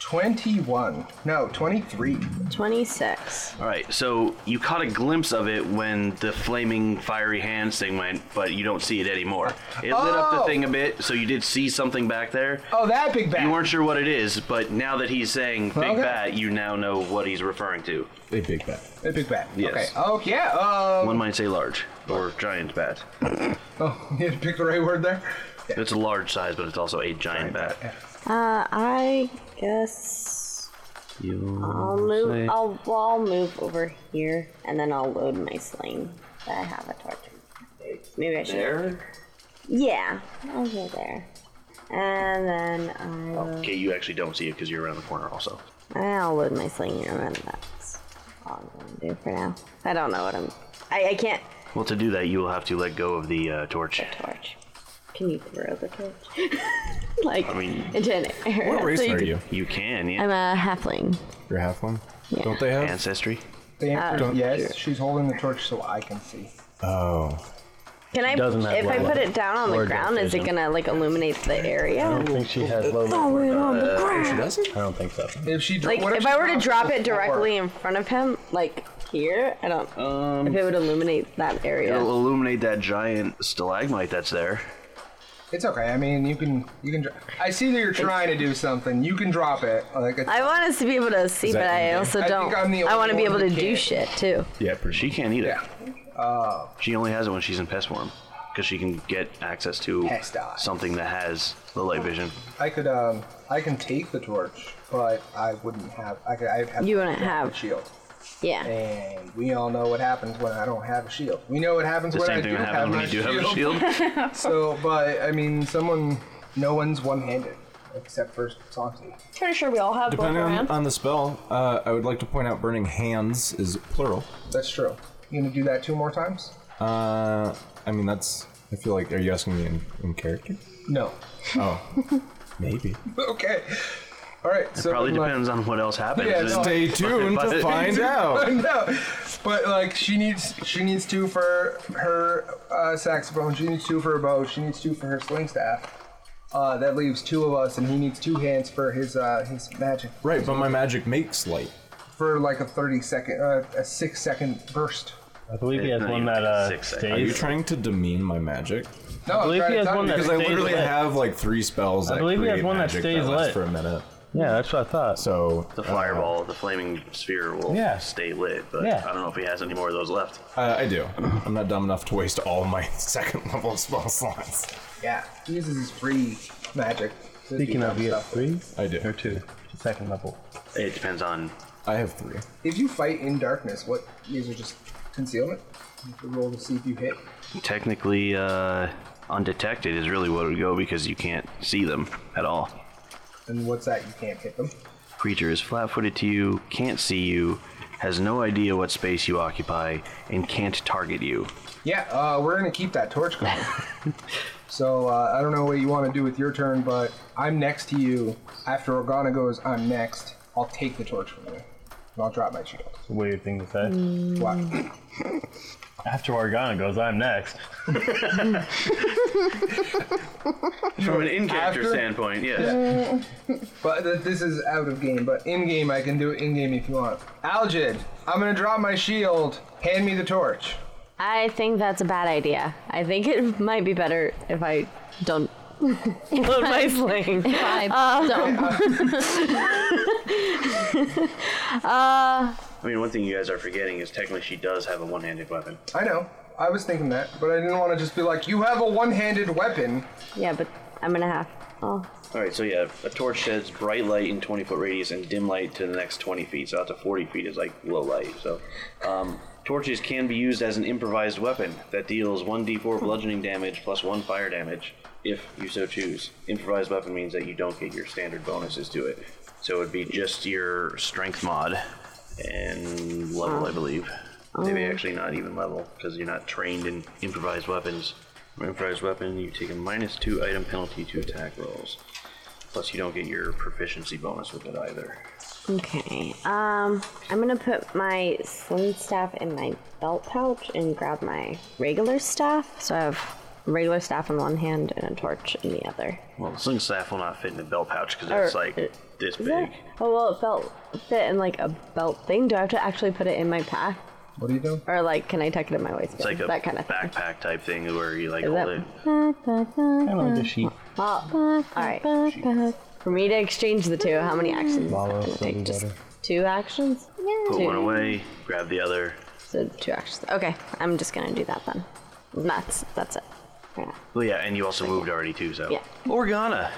S2: 21. No, 23.
S3: 26.
S1: All right, so you caught a glimpse of it when the flaming fiery hands thing went, but you don't see it anymore. It lit up the
S2: Oh!
S1: thing a bit, so you did see something back there.
S2: Oh, that big bat.
S1: You weren't sure what it is, but now that he's saying big
S2: Okay.
S1: bat, you now know what he's referring to.
S5: A big bat.
S2: A big bat.
S1: Yes.
S2: Okay. Oh, yeah. Um,
S1: One might say large or giant bat.
S2: oh, you had to pick the right word there.
S1: It's a large size, but it's also a giant bat.
S3: Uh, I guess
S1: You
S3: I'll move.
S1: Say-
S3: I'll, well, I'll move over here and then I'll load my sling. But I have a torch. Maybe I should. Yeah, I'll go there. And then I will.
S1: Okay, you actually don't see it because you're around the corner also.
S3: I'll load my sling here and that's all I'm gonna do for now. I don't know what I'm. I, I can't
S1: Well, to do that, you will have to let go of the uh, torch.
S3: torch. Can you throw the torch? like I
S1: mean,
S3: into an area.
S5: What race
S3: so
S5: are
S3: can-
S5: you?
S1: You can, yeah.
S3: I'm a halfling.
S5: You're half one.
S3: Yeah.
S5: Don't they have?
S1: Ancestry?
S2: The answer
S3: Uh,
S2: is yes.
S3: sure.
S2: She's holding the torch so I can see.
S5: Oh,
S3: Can I?
S4: doesn't have
S3: If I
S4: light.
S3: put it down on the
S4: Or
S3: ground, is it
S4: vision.
S3: gonna like illuminate the
S4: I
S3: area?
S4: don't think she
S5: Oh.
S4: has low light.
S3: Throw it on the ground.
S5: does it?
S4: I don't think so.
S2: If she dro-
S3: Like
S2: what
S3: if
S2: she
S3: I were to
S2: drops
S3: drop it
S2: on the floor?
S3: directly in front of him, like here, I don't. if it would illuminate that
S1: It'll
S3: area.
S1: illuminate that giant stalagmite that's there.
S2: It's okay. I mean, you can you can. Dro- I see that you're trying to do something. You can drop it. Like it's,
S3: I want us to be able to see,
S5: that
S3: but I
S5: in-game?
S3: also
S2: I think
S3: don't.
S2: I'm the
S3: I want to
S2: only
S3: be able
S2: one
S3: to
S2: who
S3: do
S2: can.
S3: shit too.
S5: Yeah, pretty.
S1: She can't either.
S2: yeah.
S1: She only has it when she's in pest form, because she can get access to
S2: Pest eyes.
S1: something that has the light vision.
S2: I could um I can take the torch, but I wouldn't have. I could. I have
S3: You wouldn't
S2: a
S3: have.
S2: shield.
S3: Yeah.
S2: And we all know what happens when I don't have a shield. We know what happens
S1: The
S2: when I
S1: same
S2: do
S1: thing that
S2: have
S1: happens when
S2: my
S1: you do have a shield.
S2: So, but I mean, someone, no one's one-handed except for Santi.
S6: Pretty sure we all have both
S5: Depending on,
S6: around.
S5: on the spell, uh, I would like to point out burning hands is plural.
S2: That's true. You gonna do that two more times?
S5: Uh, I mean, that's. I feel like. Are you asking me in, in character?
S2: No.
S5: Oh. Maybe.
S2: Okay. All right. so
S1: Probably
S2: like-
S1: depends on what else happens.
S2: Yeah, no.
S5: Stay tuned to find out.
S2: no, but like she needs she needs two for her uh, saxophone. She needs two for her bow. She needs two for her sling staff. Uh, that leaves two of us, and he needs two hands for his uh, his magic
S5: Right, but my magic makes light.
S2: for like a thirty second, uh, a six second burst.
S4: I believe he has
S1: No,
S4: one
S1: you
S4: that uh,
S1: six, I- Are
S5: Are you
S4: stays.
S5: trying to demean my magic?
S2: No, I
S4: believe he has one that-
S5: Because I
S4: Stays
S5: literally
S4: lit.
S5: have like three spells. I
S4: believe he has one that stays
S5: that lasts
S4: lit.
S5: for a minute.
S4: Yeah, that's what I thought.
S5: So
S1: The fireball, the flaming sphere will
S4: Yeah.
S1: stay lit, but
S4: Yeah.
S1: I don't know if he has any more of those left.
S5: Uh, I do. I'm not dumb enough to waste all my second level spell slots.
S2: Yeah, he uses his free magic. to
S4: Speaking
S2: do
S4: of, you have
S2: stuff.
S4: three
S5: I do.
S4: or two. Second level.
S1: It depends on
S5: I have three.
S2: if you fight in darkness, what these are just concealment. You have to roll to see if you hit.
S1: technically uh, undetected is really what it would go because you can't see them at all.
S2: And what's that? You can't hit them.
S1: Creature is flat-footed to you, can't see you, has no idea what space you occupy, and can't target you.
S2: Yeah, uh, we're gonna keep that torch going. so uh, I don't know what you want to do with your turn, but I'm next to you. After Organa goes, I'm next. I'll take the torch from you, and I'll drop my shield.
S4: It's a weird thing to say.
S2: Mm. Why?
S4: After Organa goes, I'm next.
S1: From an in-character
S2: After-
S1: standpoint, yes.
S2: But th- this is out of game. But in game, I can do it in game if you want. Algid, I'm gonna drop my shield. Hand me the torch.
S7: I think that's a bad idea. I think it might be better if I don't load my sling.
S8: Five.
S1: I mean, one thing you guys are forgetting is technically she does have a one-handed weapon.
S2: I know. I was thinking that, but I didn't want to just be like, you have a one-handed weapon.
S3: Yeah, but I'm gonna have. Oh,
S1: All right, so yeah, a torch sheds bright light in 20 foot radius and dim light to the next 20 feet. So out to 40 feet is like low light. So um, torches can be used as an improvised weapon that deals 1d4 bludgeoning damage plus one fire damage if you so choose. Improvised weapon means that you don't get your standard bonuses to it. So it would be just your strength mod and level, I believe. Maybe actually not even level because you're not trained in improvised weapons. For improvised weapon, you take a minus two item penalty to attack rolls. Plus, you don't get your proficiency bonus with it either.
S3: okay. Um, I'm gonna put my sling staff in my belt pouch and grab my regular staff. So I have a regular staff in one hand and a torch in the other.
S1: Well, the sling staff will not fit in a belt pouch because it's
S3: Or-
S1: like this
S3: Is it?
S1: big.
S3: Oh well, it felt fit in like a belt thing. Do I have to actually put it in my pack,
S2: What are you doing?
S3: or like can I tuck it in my waistband?
S1: It's like a
S3: that kind of thing.
S1: backpack type thing where you like
S3: Is
S1: hold
S3: that-
S1: it.
S4: I don't like the sheep.
S3: Oh, all right. For me to exchange the two, how many actions?
S4: Follow,
S3: Does it
S4: that'd be
S3: take just
S4: better.
S3: two actions.
S1: Put
S3: Two.
S1: one away, grab the other.
S3: So two actions. Okay, I'm just gonna do that then. That's that's it. Yeah.
S1: Well, yeah, and you also moved already too, so.
S3: Yeah.
S1: Organa!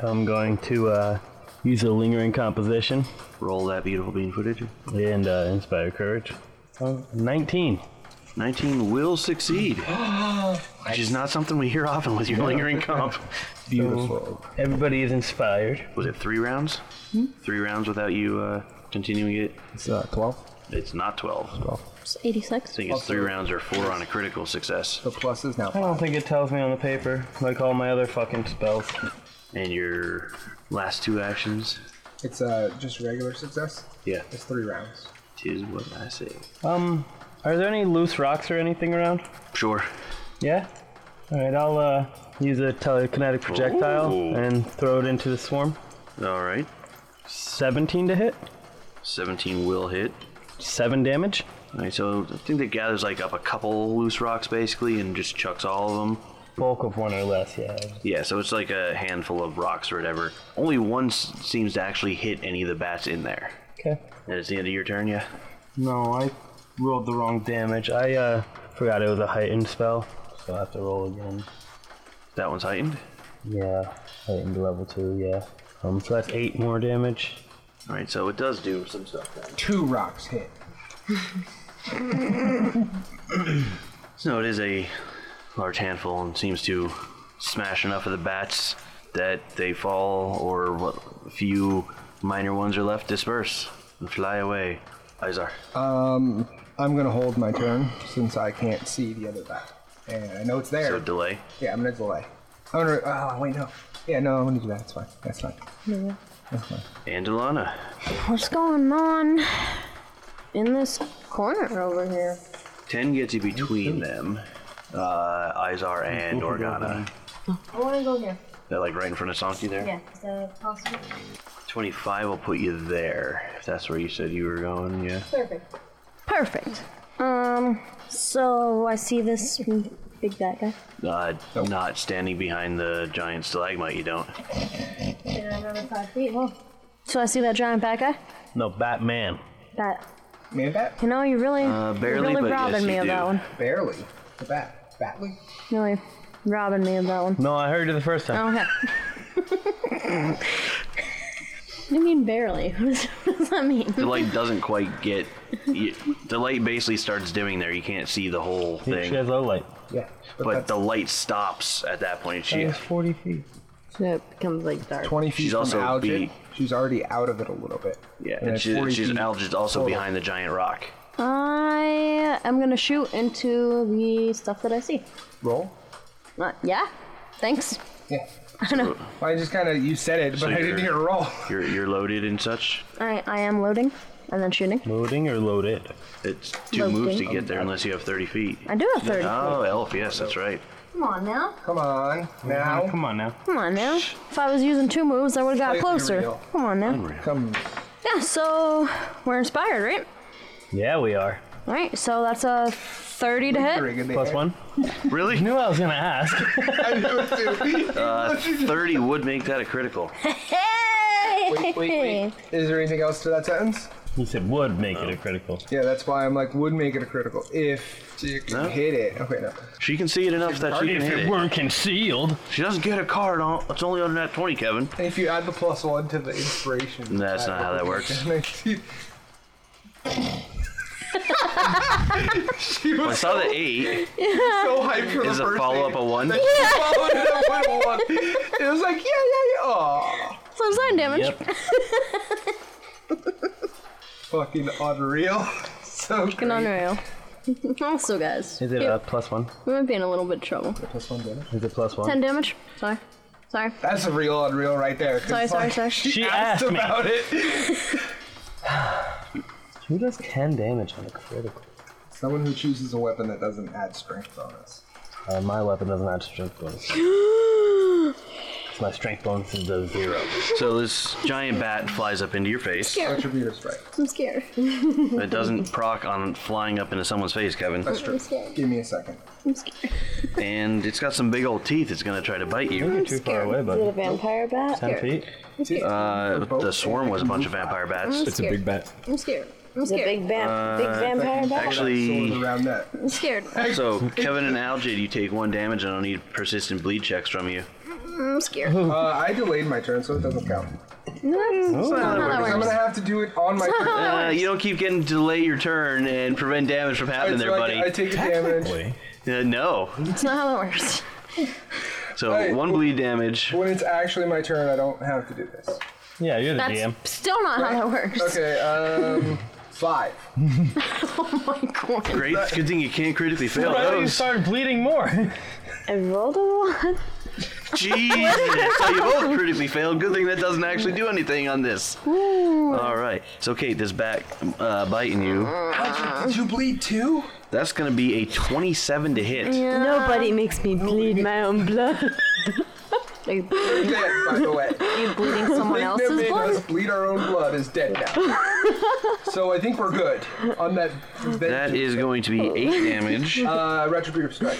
S4: I'm going to uh, use a lingering composition
S1: Roll that beautiful bean footage.
S4: and uh, inspire courage. Oh, 19.
S1: 19 will succeed. Which is not something we hear often with your lingering comp.
S4: Beautiful. Everybody is inspired.
S1: Was it three rounds? Three rounds without you uh, continuing it?
S9: It's uh, 12.
S1: It's not 12. I
S8: 86.
S1: think it's three rounds or four on a critical success.
S2: The plus is
S4: I
S2: now.
S4: don't think it tells me on the paper, like all my other fucking spells.
S1: And your last two actions?
S2: It's uh, just regular success.
S1: Yeah.
S2: It's three rounds.
S1: Tis what I say.
S4: Um, are there any loose rocks or anything around?
S1: Sure.
S4: Yeah? Alright, I'll uh, use a telekinetic projectile
S1: Ooh.
S4: and throw it into the swarm.
S1: All right.
S4: 17 to hit,
S1: 17 will hit.
S4: 7 damage.
S1: All right, so I think that gathers like up a couple loose rocks basically and just chucks all of them.
S4: Bulk of one or less, yeah.
S1: Yeah, so it's like a handful of rocks or whatever. Only one s- seems to actually hit any of the bats in there.
S4: Okay.
S1: And it's the end of your turn, yeah?
S4: No, I rolled the wrong damage. I uh, forgot it was a heightened spell, so I have to roll again.
S1: That one's heightened.
S4: Yeah, heightened level 2, yeah. Um, so that's 8 more damage.
S1: All right, so it does do some stuff then.
S2: Two rocks hit.
S1: So it is a large handful and seems to smash enough of the bats that they fall or what few minor ones are left disperse and fly away. Izar.
S2: Um, I'm gonna hold my turn since I can't see the other guy, and I know it's there.
S1: So delay.
S2: yeah, I'm gonna delay. I'm gonna. Oh wait, no. Yeah, no, I'm gonna do that. That's fine. That's fine.
S1: And Alana.
S6: What's going on in this corner over here?
S1: 10 gets you between them, uh, Izar and Organa.
S8: I want to go here.
S1: They're like right in front of Santi there.
S8: Yeah. Is that possible?
S1: 25 will put you there, if that's where you said you were going, yeah.
S8: Perfect.
S6: Perfect. Um, so I see this big bad guy.
S1: Uh, Not standing behind the giant stalagmite, you don't.
S8: Can I remember five feet? Oh.
S6: So I see that giant bad guy.
S4: No, Batman.
S6: That
S2: Man, bat?
S6: you know, you really,
S1: Uh, barely,
S6: you
S1: but
S6: really
S1: yes,
S6: robbing me
S1: you
S6: of
S1: do.
S6: that one.
S2: Barely. The bat. Batly.
S6: Really robbing me of that one.
S4: No, I heard you the first time.
S6: Okay.
S8: I mean, barely. what does that mean?
S1: The light doesn't quite get. You, the light basically starts dimming there. You can't see the whole
S4: She has
S1: thing.
S4: low light.
S2: Yeah.
S1: But the light stops at that point. She,
S4: It's 40 feet.
S3: So it becomes like dark.
S2: 20 feet
S1: she's
S2: from
S1: also
S2: Algin.
S1: be,
S2: She's already out of it a little bit.
S1: Yeah,
S2: And
S1: and
S2: it's
S1: she,
S2: 40
S1: she's
S2: feet
S1: Alge is also
S2: total.
S1: behind the giant rock.
S8: I am gonna shoot into the stuff that I see.
S2: Roll.
S8: Uh, yeah, thanks.
S2: Yeah. I know. I just kind of you said it, but I
S1: you're-
S2: didn't hear a roll.
S1: You're you're loaded and such.
S8: I I am loading and then shooting.
S4: Loading or loaded?
S1: It's two
S8: Loading.
S1: moves to get there unless you have 30 feet.
S8: I do have thirty.
S1: Oh, elf, yes, that's right.
S8: Come on now.
S2: Come on now.
S4: Come on now.
S8: Come on now. If I was using two moves, I would have got
S2: Slightly
S8: closer.
S2: real.
S8: Come on now.
S2: Come.
S8: Yeah, so we're inspired, right?
S4: Yeah, we are.
S8: All right, so that's a 30 to hit.
S2: Ring in the
S4: Plus
S2: air.
S4: one.
S1: Really?
S4: Knew I was gonna ask.
S2: I knew it too.
S1: 30 would make that a critical.
S8: Hey!
S2: wait, wait, wait. Is there anything else to that sentence?
S4: He said would make it a critical.
S2: Yeah, that's why I'm like would make it a critical if you can
S1: No.
S2: hit it. Okay, no.
S1: She can see it enough that she can hit it.
S4: weren't concealed.
S1: She doesn't get a card on. It's only on that 20, Kevin.
S2: And if you add the plus one to the inspiration,
S1: That's not how that works.
S2: she
S1: I
S2: was
S1: saw the 8
S2: so hyped for
S1: is
S2: the
S1: a
S2: first
S1: follow up
S2: eight.
S1: a 1.
S2: She followed it up with a one. It was like yeah, yeah, yeah. Aw.
S8: Some sign damage.
S4: Yep.
S2: fucking unreal. So
S8: Fucking
S2: great.
S8: unreal. also, guys,
S4: Is it a plus one?
S8: we might be in a little bit of trouble.
S2: Plus one damage.
S4: Is it plus one?
S8: 10 damage. Sorry. Sorry.
S2: That's a real unreal right there. 'cause,
S8: Sorry, sorry,
S2: like,
S8: sorry.
S4: She
S2: asked
S4: asked me.
S2: about it.
S4: Who does ten damage on a critical?
S2: Someone who chooses a weapon that doesn't add strength bonus.
S4: Uh, my weapon doesn't have strength bonus. my strength bonus is a zero.
S1: So this giant bat flies up into your face.
S2: Attributor strike.
S8: I'm scared.
S1: It doesn't proc on flying up into someone's face, Kevin.
S2: That's true. Give me a second.
S8: I'm scared.
S1: And it's got some big old teeth. It's gonna try to bite you.
S4: Too far away,
S3: Is it a
S4: bud.
S3: vampire bat?
S4: Ten feet.
S1: Uh, the swarm was a bunch of vampire bats.
S5: It's a big bat.
S8: I'm scared. I'm
S3: Is it a
S8: scared.
S3: big, vamp- big
S1: Uh,
S3: vampire bat?
S1: Actually,
S2: Sword around that.
S8: I'm scared.
S1: So Kevin and Algid, you take one damage and I'll need persistent bleed checks from you.
S8: I'm scared.
S2: Uh, I delayed my turn, so it doesn't count. Oh.
S8: that
S2: I'm gonna have to do it on my turn.
S1: Uh, you don't keep getting to delay your turn and prevent damage from happening there,
S2: So I, I
S1: buddy.
S2: take the damage.
S1: Uh, no.
S8: That's not how that works.
S1: So
S2: Alright.
S1: one bleed damage.
S2: When it's actually my turn, I don't have to do this.
S4: Yeah, you're the
S8: That's
S4: DM.
S8: still not how that works.
S2: Okay, um, five.
S1: Great. It's a good thing you can't critically fail
S4: Why do you
S1: those.
S4: start bleeding more?
S3: I rolled a one.
S1: Jesus. So you both critically failed. Good thing that doesn't actually do anything on this. All right. So Kate, this bat uh, biting you.
S2: Did you bleed too?
S1: That's gonna be a 27 to hit.
S7: Nobody makes me bleed my own blood.
S2: We're dead, by the way.
S6: You bleeding someone
S2: Think
S6: else's
S2: that made
S6: blood?
S2: us bleed our own blood is dead now. so I think we're good on that.
S1: That is going to be eight damage.
S2: uh, retributive strike.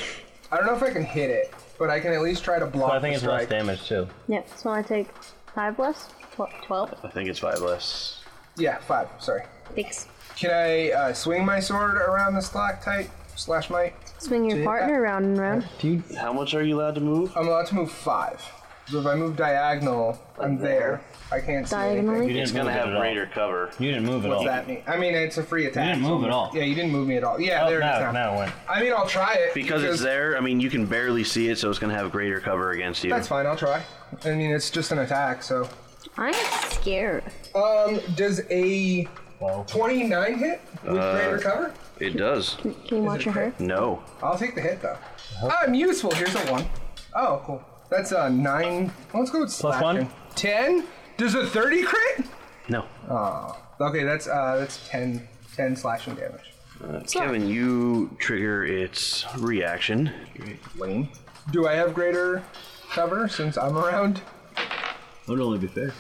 S2: I don't know if I can hit it, but I can at least try to block.
S4: I think
S2: the
S4: it's less
S2: strike.
S4: damage too.
S8: Yeah, so I take 5 less? Tw- 12?
S1: I think it's five less.
S2: Yeah, five. Sorry.
S8: Six.
S2: Can I uh, swing my sword around the stalactite slash mite?
S8: Swing your partner round and round.
S1: How much are you allowed to move?
S2: I'm allowed to move five. So if I move diagonal, I'm there. I can't see anything.
S8: Diagonally.
S4: You
S1: It's
S4: didn't move
S1: gonna
S4: it
S1: have
S4: at all.
S1: greater cover.
S4: You didn't move at all.
S2: What's that mean? I mean, it's a free attack.
S4: You didn't move at all.
S2: Yeah, you didn't move me at all. Yeah,
S4: Oh,
S2: there it is. now.
S4: now, now it went.
S2: I mean, I'll try it
S1: Because it's there, I mean, you can barely see it, so it's gonna have greater cover against you.
S2: That's fine. I'll try. I mean, it's just an attack, so.
S8: I'm scared.
S2: Um, does a
S4: Well,
S2: 29 hit with
S4: Uh,
S2: greater cover?
S1: It does.
S8: Can you watch your hair?
S1: No.
S2: I'll take the hit though. I'm useful. Here's a one. Oh, cool. That's a nine. well, Let's go with
S4: Plus one?
S2: slashing. Ten. Does a 30 crit?
S1: No.
S2: Okay, that's uh, that's 10, 10 slashing damage.
S1: Kevin, you trigger its reaction.
S2: Lame. Do I have greater cover since I'm around?
S1: Would only be fair.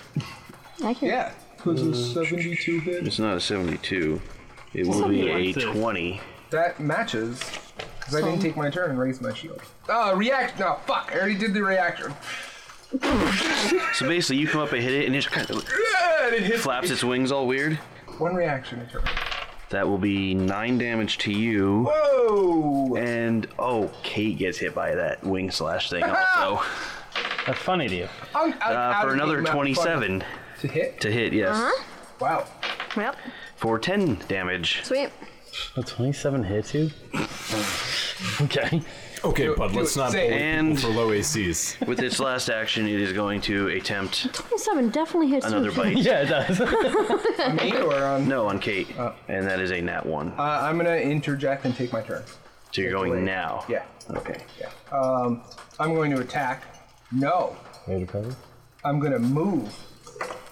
S2: Yeah. Because a 72 hit.
S1: It's not a 72. It will be a 20.
S2: That matches. Because I didn't take my turn and raise my shield. Uh, react. No, fuck. I already did the reaction.
S1: So basically, you come up and hit it, and it just kind of
S2: And it hits
S1: flaps its wings all weird.
S2: One reaction a turn.
S1: That will be nine damage to you.
S2: Whoa!
S1: And oh, Kate gets hit by that wing slash thing also
S4: that's funny to you.
S2: I'm out,
S1: uh,
S2: out
S1: for
S2: of
S1: another
S2: game, out of
S1: 27
S2: fun. to hit.
S1: to hit. Yes,
S2: Wow.
S8: Yep.
S1: for 10 damage.
S8: Sweet.
S4: A 27 hits you? okay.
S5: Okay,
S2: Do it-
S5: bud,
S2: do
S5: let's
S2: it.
S5: not
S2: Say it.
S5: bully
S1: And-
S5: people for low ACs.
S1: With its last action, it is going to attempt
S8: 27 definitely hits
S1: another
S8: you.
S1: bite.
S4: Yeah, it does.
S2: On me or on?
S1: No, on Kate, and that is a nat one.
S2: Uh, I'm gonna interject and take my turn.
S1: so you're going now.
S2: Yeah.
S1: Okay.
S2: Yeah. Um, I'm going to attack. No. I'm gonna move.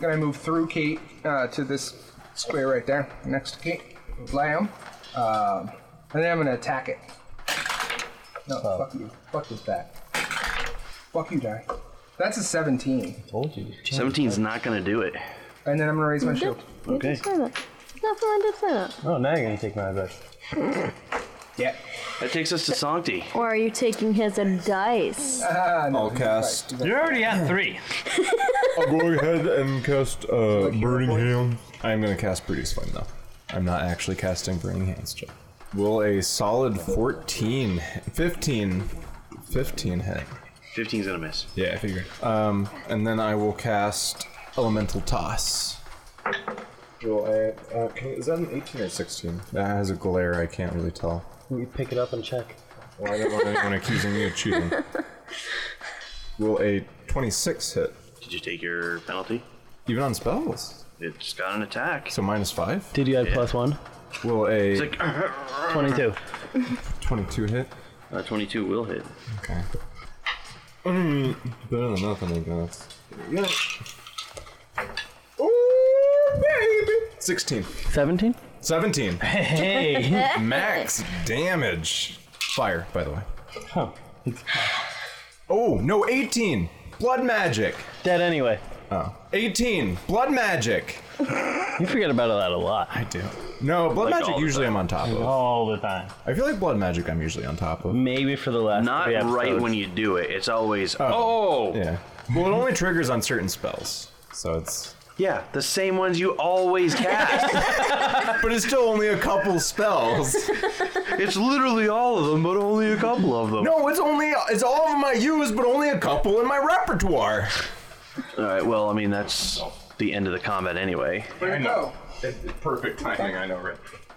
S2: Gonna move through Kate uh, to this square right there, next to Kate. Blam. Um, and then I'm gonna attack it. No, fuck you. Fuck this back. Fuck you, die. That's a 17.
S4: Told you.
S1: 17's not going to do it.
S2: And then I'm gonna raise my shield.
S1: Okay.
S8: Say that. Definitely did say that.
S4: Oh, now you're gonna take my advice.
S2: Yeah.
S1: That takes us to Sancti.
S8: Or are you taking his dice?
S2: Ah, no,
S5: I'll
S2: he's
S5: cast-
S2: right, he's
S1: You're already at three.
S5: I'll go ahead and cast uh, Burning Hand. I'm going to cast Pretty Flame, though. I'm not actually casting Burning Hands, Joe. Will a solid 14, 15, 15 hit?
S1: 15's going to miss.
S5: Yeah, I figured. Um, and then I will cast Elemental Toss. Will I, uh, can, is that an 18 or 16? That has a glare, I can't really tell.
S4: You pick it up and check.
S5: Well, I don't want anyone accusing me of cheating. Will a 26 hit?
S1: Did you take your penalty?
S5: Even on spells?
S1: It's got an attack.
S5: So minus 5?
S4: Did you add plus one?
S5: Will a
S1: It's like,
S4: 22.
S5: 22 hit?
S1: uh, 22 will hit.
S5: Okay. Mm, better than nothing, I guess. Yeah. Ooh, baby! 16.
S4: 17?
S5: 17.
S4: Hey!
S5: Max damage. Fire, by the way.
S4: huh.
S5: Oh, no, 18. Blood magic.
S4: Dead anyway.
S5: Oh. 18. Blood magic.
S4: You forget about that a lot.
S5: I do. No, blood
S1: Like all
S5: magic
S1: the
S5: usually I'm on top of.
S4: All the time.
S5: I feel like blood magic I'm usually on top of.
S4: Maybe for the last
S1: Not
S4: three
S1: right
S4: episodes.
S1: when you do it. It's always,
S5: Oh.
S1: oh!
S5: Yeah. Well, it only triggers on certain spells. So it's.
S1: Yeah, the same ones you always cast.
S5: But it's still only a couple spells.
S1: it's literally all of them, but only a couple of them.
S5: No, it's only it's all of them I use, but only a couple in my repertoire.
S1: All right, well, I mean, that's the end of the combat anyway.
S5: I know. Perfect timing, I know, right?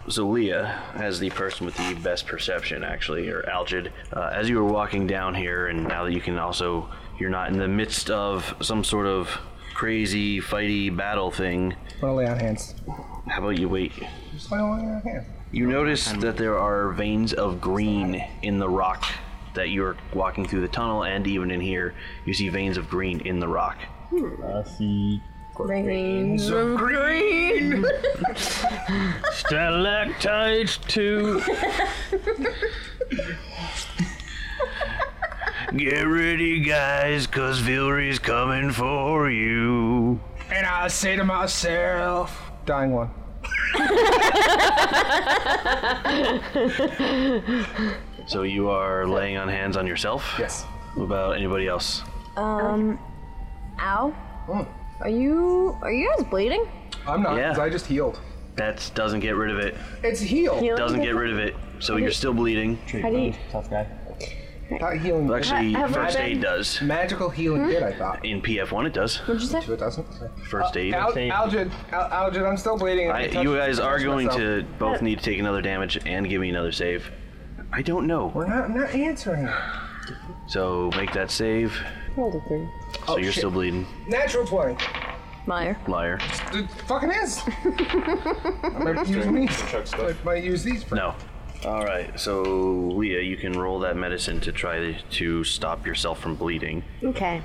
S1: Zulia, as the person with the best perception, actually, or Algid, uh, as you were walking down here, and now that you can also, you're not in the midst of some sort of crazy, fighty battle thing,
S2: I'm gonna lay on hands.
S1: how about you wait?
S2: Just lay on hands.
S1: You notice that there are veins of green in the rock that you're walking through the tunnel, and even in here, you see veins of green in the rock.
S4: I see.
S6: Brains of green.
S4: Stalactites too.
S1: Get ready, guys, cause Vilry's coming for you.
S2: And I say to myself, dying one.
S1: So you are laying on hands on yourself?
S2: Yes.
S1: What about anybody else?
S6: Ow. Are you are you guys bleeding?
S2: I'm not,
S1: Yeah.
S2: 'cause I just healed.
S1: That doesn't get rid of it.
S2: It's healed.
S1: Doesn't get rid of it. So you're still bleeding.
S6: How do you,
S4: Tough guy.
S2: Not Uh, healing. kit.
S1: Actually, Hmm?
S6: Have I
S1: first
S6: been-
S1: aid does.
S2: Magical healing kit, I thought.
S1: In PF1, it does.
S6: what'd you say?
S2: It doesn't.
S1: First aid.
S2: Al-
S4: Save.
S2: Algid, Al- Algid, I'm still bleeding.
S1: I,
S2: touched-
S1: you guys are
S2: touched
S1: going
S2: myself.
S1: to both need to take another damage and give me another save. I don't know.
S2: We're not, I'm not answering.
S1: So make that save.
S7: Hold it through.
S1: So you're still bleeding.
S2: Natural 20.
S6: Meyer.
S1: Liar.
S2: It fucking is. I might use me. I might use these for
S1: No. All right. So Leah, you can roll that medicine to try to stop yourself from bleeding.
S7: Okay.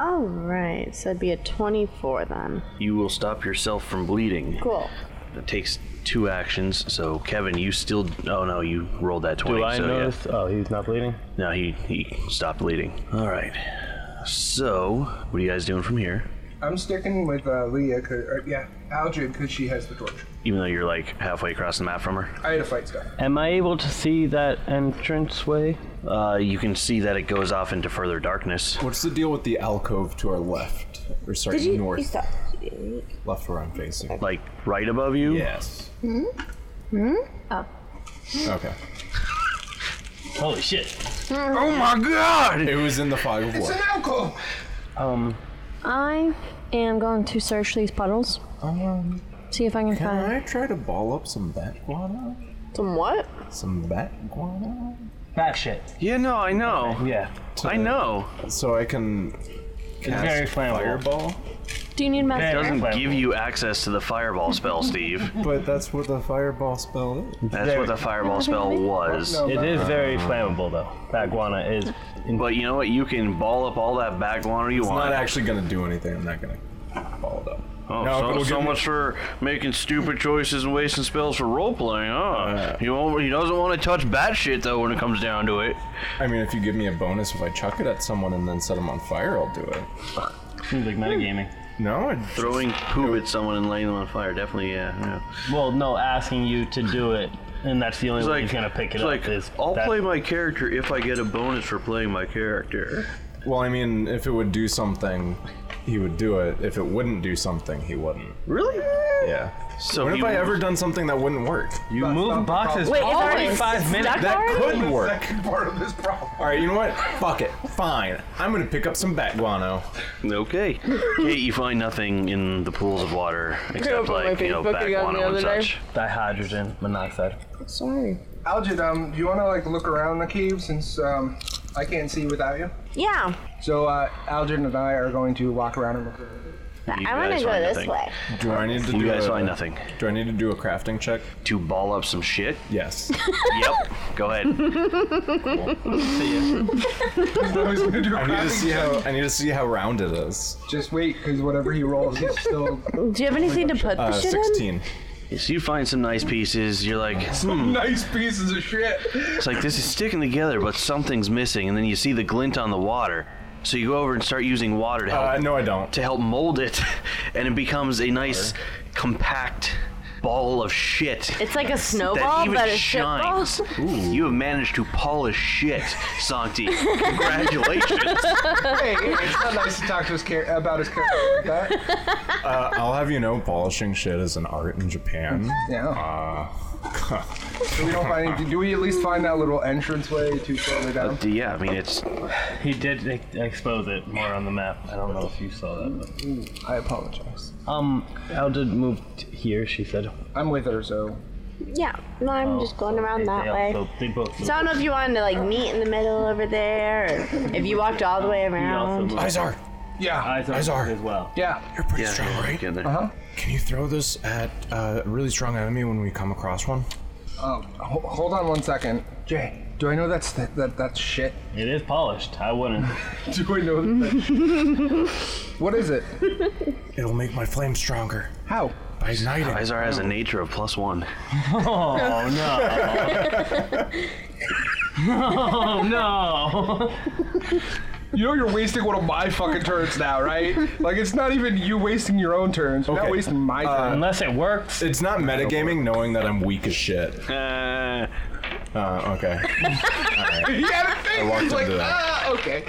S7: All right, so it'd be a 24 then.
S1: You will stop yourself from bleeding.
S7: Cool.
S1: That takes two actions. So Kevin, you still. Oh no, you rolled that twenty.
S4: Do I
S1: so yeah.
S4: notice? Oh, he's not bleeding.
S1: No, he he stopped bleeding. All right. So what are you guys doing from here?
S2: I'm sticking with uh, Leah, 'cause- or, yeah, Algid, because she has the torch.
S1: Even though you're like halfway across the map from her,
S2: I had a fight stuff.
S4: Am I able to see that entrance way?
S1: uh, you can see that it goes off into further darkness.
S5: What's the deal with the alcove to our left? Or sorry,
S3: Did you, you
S5: north.
S3: stop?
S5: left where I'm facing.
S1: Like right above you.
S5: Yes. Hmm? Hmm? Oh. Okay.
S4: Holy shit!
S5: Oh my god! It was in the fog of
S2: It's
S5: war.
S2: an alcohol!
S4: Um,
S8: I am going to search these puddles.
S5: Um,
S8: See if I can find.
S5: Can I try to ball up some bat guano?
S7: Some what?
S5: Some bat guano?
S4: That shit.
S1: Yeah, no, I know.
S4: Yeah.
S1: I know.
S5: So I can cast
S4: very flammable.
S5: fireball?
S8: Do you need
S1: It
S8: master?
S1: doesn't
S4: Flammable.
S1: give you access to the fireball spell, Steve.
S5: But that's what the fireball spell is.
S1: That's what the fireball spell was.
S4: It is very flammable though. That guana is. In-
S1: But you know what? You can ball up all that back water you
S5: It's
S1: want.
S5: not actually gonna do anything. I'm not gonna ball it up.
S1: oh,
S5: Now, if
S1: so,
S5: it'll
S1: so
S5: give me-
S1: much for making stupid choices and wasting spells for role playing. Huh?
S5: Uh,
S1: he, won't, he doesn't want to touch bat shit though when it comes down to it.
S5: I mean, if you give me a bonus, if I chuck it at someone and then set them on fire, I'll do it.
S4: Seems like metagaming.
S5: No, I
S1: Throwing poop at someone and laying them on fire. Definitely, yeah. yeah.
S4: Well, no, asking you to do it, and that's the only
S1: It's
S4: way
S1: like,
S4: he's gonna pick it
S1: it's
S4: up.
S1: like
S4: is
S1: I'll
S4: that-
S1: play my character if I get a bonus for playing my character.
S5: Well, I mean, if it would do something, he would do it. If it wouldn't do something, he wouldn't.
S1: Really?
S5: Yeah.
S1: So
S5: when
S1: you-
S5: have I ever done something that wouldn't work?
S4: You move boxes
S7: Wait, it's already
S4: every five minutes.
S5: That could work.
S2: Second part of this problem.
S5: All right, you know what? Fuck it. Fine. I'm gonna pick up some bat guano.
S1: Okay. Kate, you find nothing in the pools of water except
S7: opened my
S1: like you know
S7: Facebook
S1: back
S7: again the
S1: guano and
S7: other day.
S1: such.
S4: Dihydrogen monoxide.
S2: Algid, um, do you want to like look around the cave since um, I can't see without you?
S3: Yeah.
S2: So uh, Algid and I are going to walk around and look. around.
S1: You
S3: I want
S1: guys
S3: to go
S1: find
S3: this
S1: nothing.
S3: way.
S5: Do I need to
S1: You
S5: do?
S1: guys
S5: a,
S1: find nothing.
S5: Do I need to do a crafting check?
S1: To ball up some shit.
S5: Yes.
S1: Yep. Go ahead.
S2: I was gonna do a
S5: I need to
S2: crafting
S5: see how I need to see how round it is.
S2: Just wait, because whatever he rolls, he's still
S7: Do you have anything to put
S5: Uh,
S7: the shit in?
S5: Sixteen.
S1: So you find some nice pieces. You're like, hmm.
S2: nice pieces of shit.
S1: It's like this is sticking together, but something's missing. And then you see the glint on the water. So you go over and start using water to help
S5: Uh, no, I don't.
S1: to help mold it, and it becomes a nice compact ball of shit.
S7: It's like a snowball,
S1: even
S7: but a
S1: shines.
S7: shitball.
S1: You have managed to polish shit, Santi. Congratulations.
S2: Hey, it's not nice to talk to his char- about his character like that.
S5: Uh, I'll have you know, polishing shit is an art in Japan.
S2: Yeah.
S5: Uh,
S2: So we don't find. Any- do we at least find that little entranceway to further down?
S1: yeah, I mean it's
S4: He did ex- expose it more on the map. I don't know if you saw that.
S2: I apologize.
S4: But. Um, Eldred moved here. She said.
S2: I'm with her, so
S3: Yeah. No,
S1: Oh,
S3: I'm just going around
S4: They-
S3: that
S4: they
S3: way.
S4: also- they both.
S3: So I don't know if you wanted to like meet in the middle over there, or if you walked all the way
S4: he also
S3: around.
S4: moved.
S5: Izar,
S2: yeah,
S4: Eyes on
S5: Izar.
S4: as well.
S2: yeah.
S5: you're pretty
S1: yeah,
S5: strong, right?
S1: yeah, they're-
S5: Can you throw this at uh, a really strong enemy when we come across one?
S2: Um, ho- hold on one second, Jay. Do I know that's th- that that's shit?
S4: It is polished. I wouldn't.
S2: Do I know that that's shit? What is it?
S5: It'll make my flame stronger
S2: How?
S5: by igniting.
S1: Izar has a nature of plus one.
S4: Oh no. oh no.
S2: You know you're wasting one of my fucking turns now, right? like it's not even you wasting your own turns. You're not
S5: Okay. Uh,
S2: wasting my turn.
S4: Unless it works.
S5: It's not metagaming knowing that I'm weak as shit.
S1: Uh,
S5: Uh, okay.
S2: yeah, the
S5: I
S2: thing
S5: walked
S2: is like,
S5: into that.
S2: ah, okay.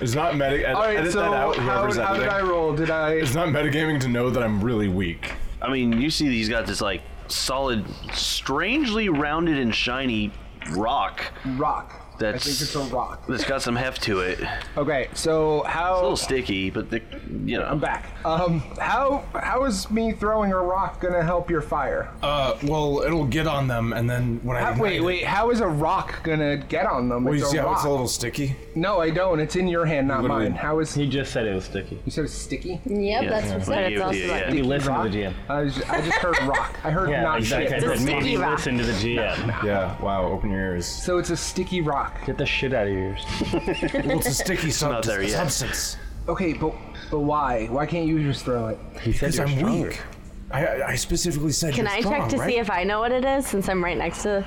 S5: It's not meta.
S2: All right,
S5: edit
S2: so
S5: that out.
S2: how,
S5: Whoever's
S2: how did
S5: editing.
S2: I roll? Did I?
S5: It's not metagaming to know that I'm really weak.
S1: I mean, you see, he's got this like solid, strangely rounded and shiny rock
S2: Rock.
S1: That's-
S2: I think it's a rock.
S1: that's got some heft to it. It's
S2: Okay, so
S1: a
S2: how?
S1: little sticky, but the, you know,
S2: I'm back. Um, how how is me throwing a rock gonna help your fire?
S5: Uh, well, it'll get on them, and then when I
S2: How-
S5: ignite
S2: wait,
S5: it-
S2: wait. How is a rock gonna get on them?
S5: Well, you
S2: it's
S5: see
S2: a
S5: how
S2: rock.
S5: it's a little sticky?
S2: No, I don't. It's in your hand, not
S5: Literally-
S2: mine. How is?
S4: He just said it was sticky.
S2: You said it's sticky.
S8: Yep,
S1: Yeah,
S8: that's what's
S1: I
S8: there.
S1: gave it to you, yeah.
S4: He listened
S2: Rock?
S4: to the GM.
S2: I, was, I just heard rock. I heard
S4: Yeah,
S2: not
S4: exactly. I
S2: shit.
S4: said maybe
S7: sticky rock.
S4: listen to the GM.
S5: Yeah. Wow. Open your ears.
S2: So it's a sticky rock.
S4: Get the shit out of your ears.
S5: well, it's a sticky
S1: not there yet.
S5: substance.
S2: Okay, but but why? Why can't you just throw it?
S7: Oh.
S4: He said
S5: Because I'm weak. I- I, I specifically said
S7: Can
S5: you're
S7: I
S5: strong,
S7: check to
S5: right?
S7: see if I know what it is since I'm right next to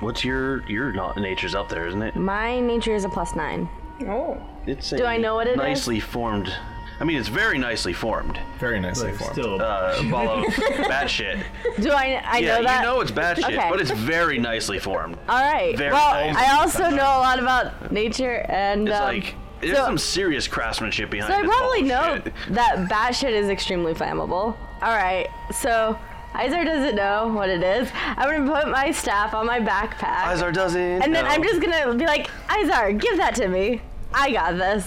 S1: what's your your not nature's up there, isn't it?
S7: my nature is a plus nine.
S1: It's a
S7: Do I know what it is?
S1: nicely formed. I mean, it's very nicely formed.
S5: Very nicely formed.
S4: Still,
S1: Uh, ball of bat shit.
S7: Do I I
S1: yeah,
S7: know that?
S1: you know it's bat shit,
S7: Okay. Um,
S1: but it's very nicely formed.
S7: All right.
S1: Very
S7: well,
S1: nice.
S7: I also know a lot about nature and
S1: It's
S7: um,
S1: like there's
S7: so-
S1: some serious craftsmanship behind.
S7: So I
S1: this
S7: probably
S1: ball
S7: know
S1: of shit.
S7: that batshit is extremely flammable. All right, so Izar doesn't know what it is. I'm gonna put my staff on my backpack,
S1: Izar doesn't.
S7: and then
S1: know.
S7: I'm just gonna be like, Izar, give that to me. I got this.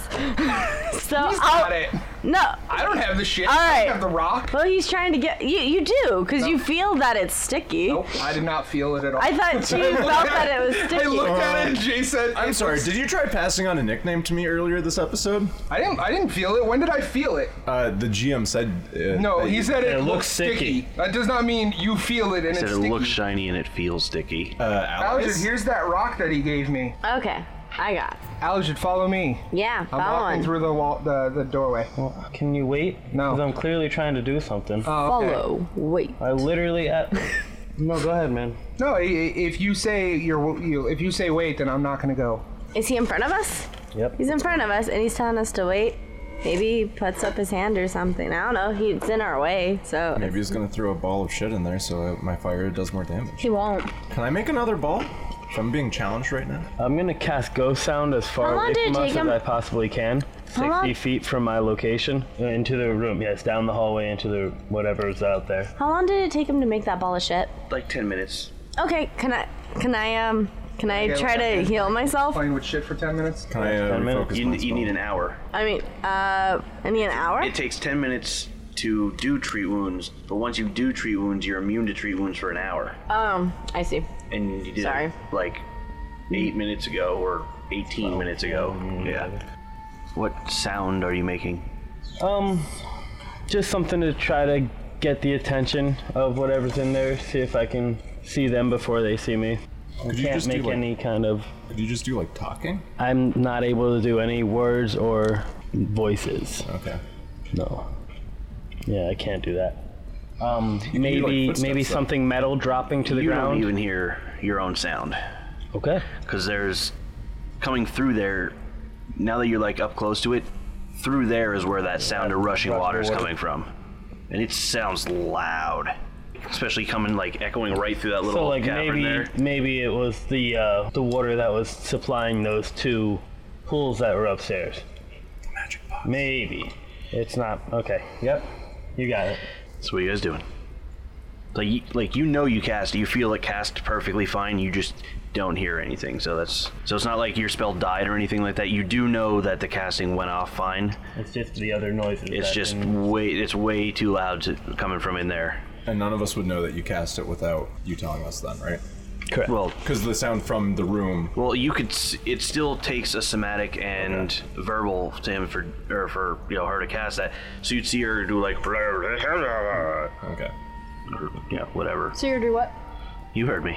S7: so I'll,
S2: Got it.
S7: No.
S2: I don't have the shit.
S7: All
S2: I
S7: right.
S2: don't have the rock.
S7: Well, he's trying to get you. You do because you feel that it's sticky.
S2: Nope, I did not feel it at all.
S7: I thought you felt that it was
S2: I
S7: sticky.
S2: looked at it and Jay said,
S5: I'm sorry. Did you try passing on a nickname to me earlier this episode?
S2: I didn't. I didn't feel it. When did I feel it?
S5: Uh, the GM said. Uh,
S2: No,
S5: that
S2: he
S5: you-
S2: said it,
S4: it looks
S2: looks sticky. That does not mean you feel it and
S1: Said
S2: it's
S1: it
S2: sticky.
S1: looks shiny and it feels sticky.
S5: Uh,
S2: Algid,
S5: allies?
S2: here's that rock that he gave me.
S7: okay, I got. it.
S2: Algid, follow me.
S7: Yeah,
S2: I'm walking
S7: follow.
S2: through the wall, the, the doorway.
S4: Well, can you wait?
S2: No.
S4: Because I'm clearly trying to do something.
S2: Oh, okay.
S7: Follow. Wait.
S4: I literally at. no, go ahead, man.
S2: No, i- i- if you say you're, you, if you say wait, then I'm not gonna go.
S7: Is he in front of us?
S4: Yep.
S7: He's in front of us and he's telling us to wait. Maybe he puts up his hand or something. I don't know. He's in our way, so
S5: Maybe he's gonna throw a ball of shit in there so my fire does more damage.
S8: He won't.
S5: Can I make another ball? If I'm being challenged right now.
S4: I'm gonna cast Ghost Sound as far
S8: How long
S4: away
S8: did it
S4: from us
S8: take
S4: as
S8: him-
S4: I possibly can.
S8: long-
S4: 60 feet from my location uh, into the room. Yes, down the hallway into the whatever's out there.
S7: How long did it take him to make that ball of shit?
S1: Like 10 minutes.
S7: Okay, can I can I um can I
S2: Yeah,
S7: try to
S2: okay.
S7: heal myself?
S2: Playing with shit for ten minutes.
S5: Can I uh,
S4: Ten minutes.
S5: refocus
S1: You,
S5: my
S1: you
S5: spell?
S1: need an hour.
S7: I mean, uh, I need an hour.
S1: It takes 10 minutes to do treat wounds, but once you do treat wounds, you're immune to treat wounds for an hour.
S7: Um, I see.
S1: And you did
S7: Sorry.
S1: it like 8 minutes ago or 18 minutes ago. Yeah. Mm-hmm. What sound are you making?
S4: Um, just something to try to get the attention of whatever's in there. See if I can see them before they see me. I
S5: Could you
S4: can't
S5: just do,
S4: make
S5: like-
S4: any kind of.
S5: Could you just do like talking?
S4: I'm not able to do any words or voices.
S5: Okay.
S4: No. Yeah, I can't do that. Um,
S5: do, like,
S4: maybe
S5: footsteps,
S4: maybe
S5: though.
S4: something metal dropping to the
S1: you
S4: ground.
S1: don't even hear your own sound
S4: Okay.
S1: because there's coming through there. Now that you're like up close to it, through there is where that sound of rushing
S4: rushing
S1: water is
S4: water.
S1: coming from, and it sounds loud, especially coming like echoing right through that little
S4: So like
S1: cavern
S4: maybe
S1: there.
S4: maybe it was the uh, the water that was supplying those two pools that were upstairs.
S5: Magic box.
S4: Maybe. It's not okay. Yep. You got it.
S1: So what are you guys doing? Like you, like you know you cast, you feel it cast perfectly fine. You just don't hear anything. So that's so it's not like your spell died or anything like that. You do know that the casting went off fine.
S4: It's just the other noises.
S1: It's
S4: that
S1: just
S4: didn't-
S1: way it's way too loud to, coming from in there.
S5: And none of us would know that you cast it without you telling us then, right?
S4: correct.
S1: Well,
S5: Because the sound from the room.
S1: Well, you could. s- It still takes a somatic and verbal to him for, or for you know her to cast that. So you'd see her do like, or,
S5: Okay.
S1: you know, whatever.
S8: So you're do what?
S1: You heard me.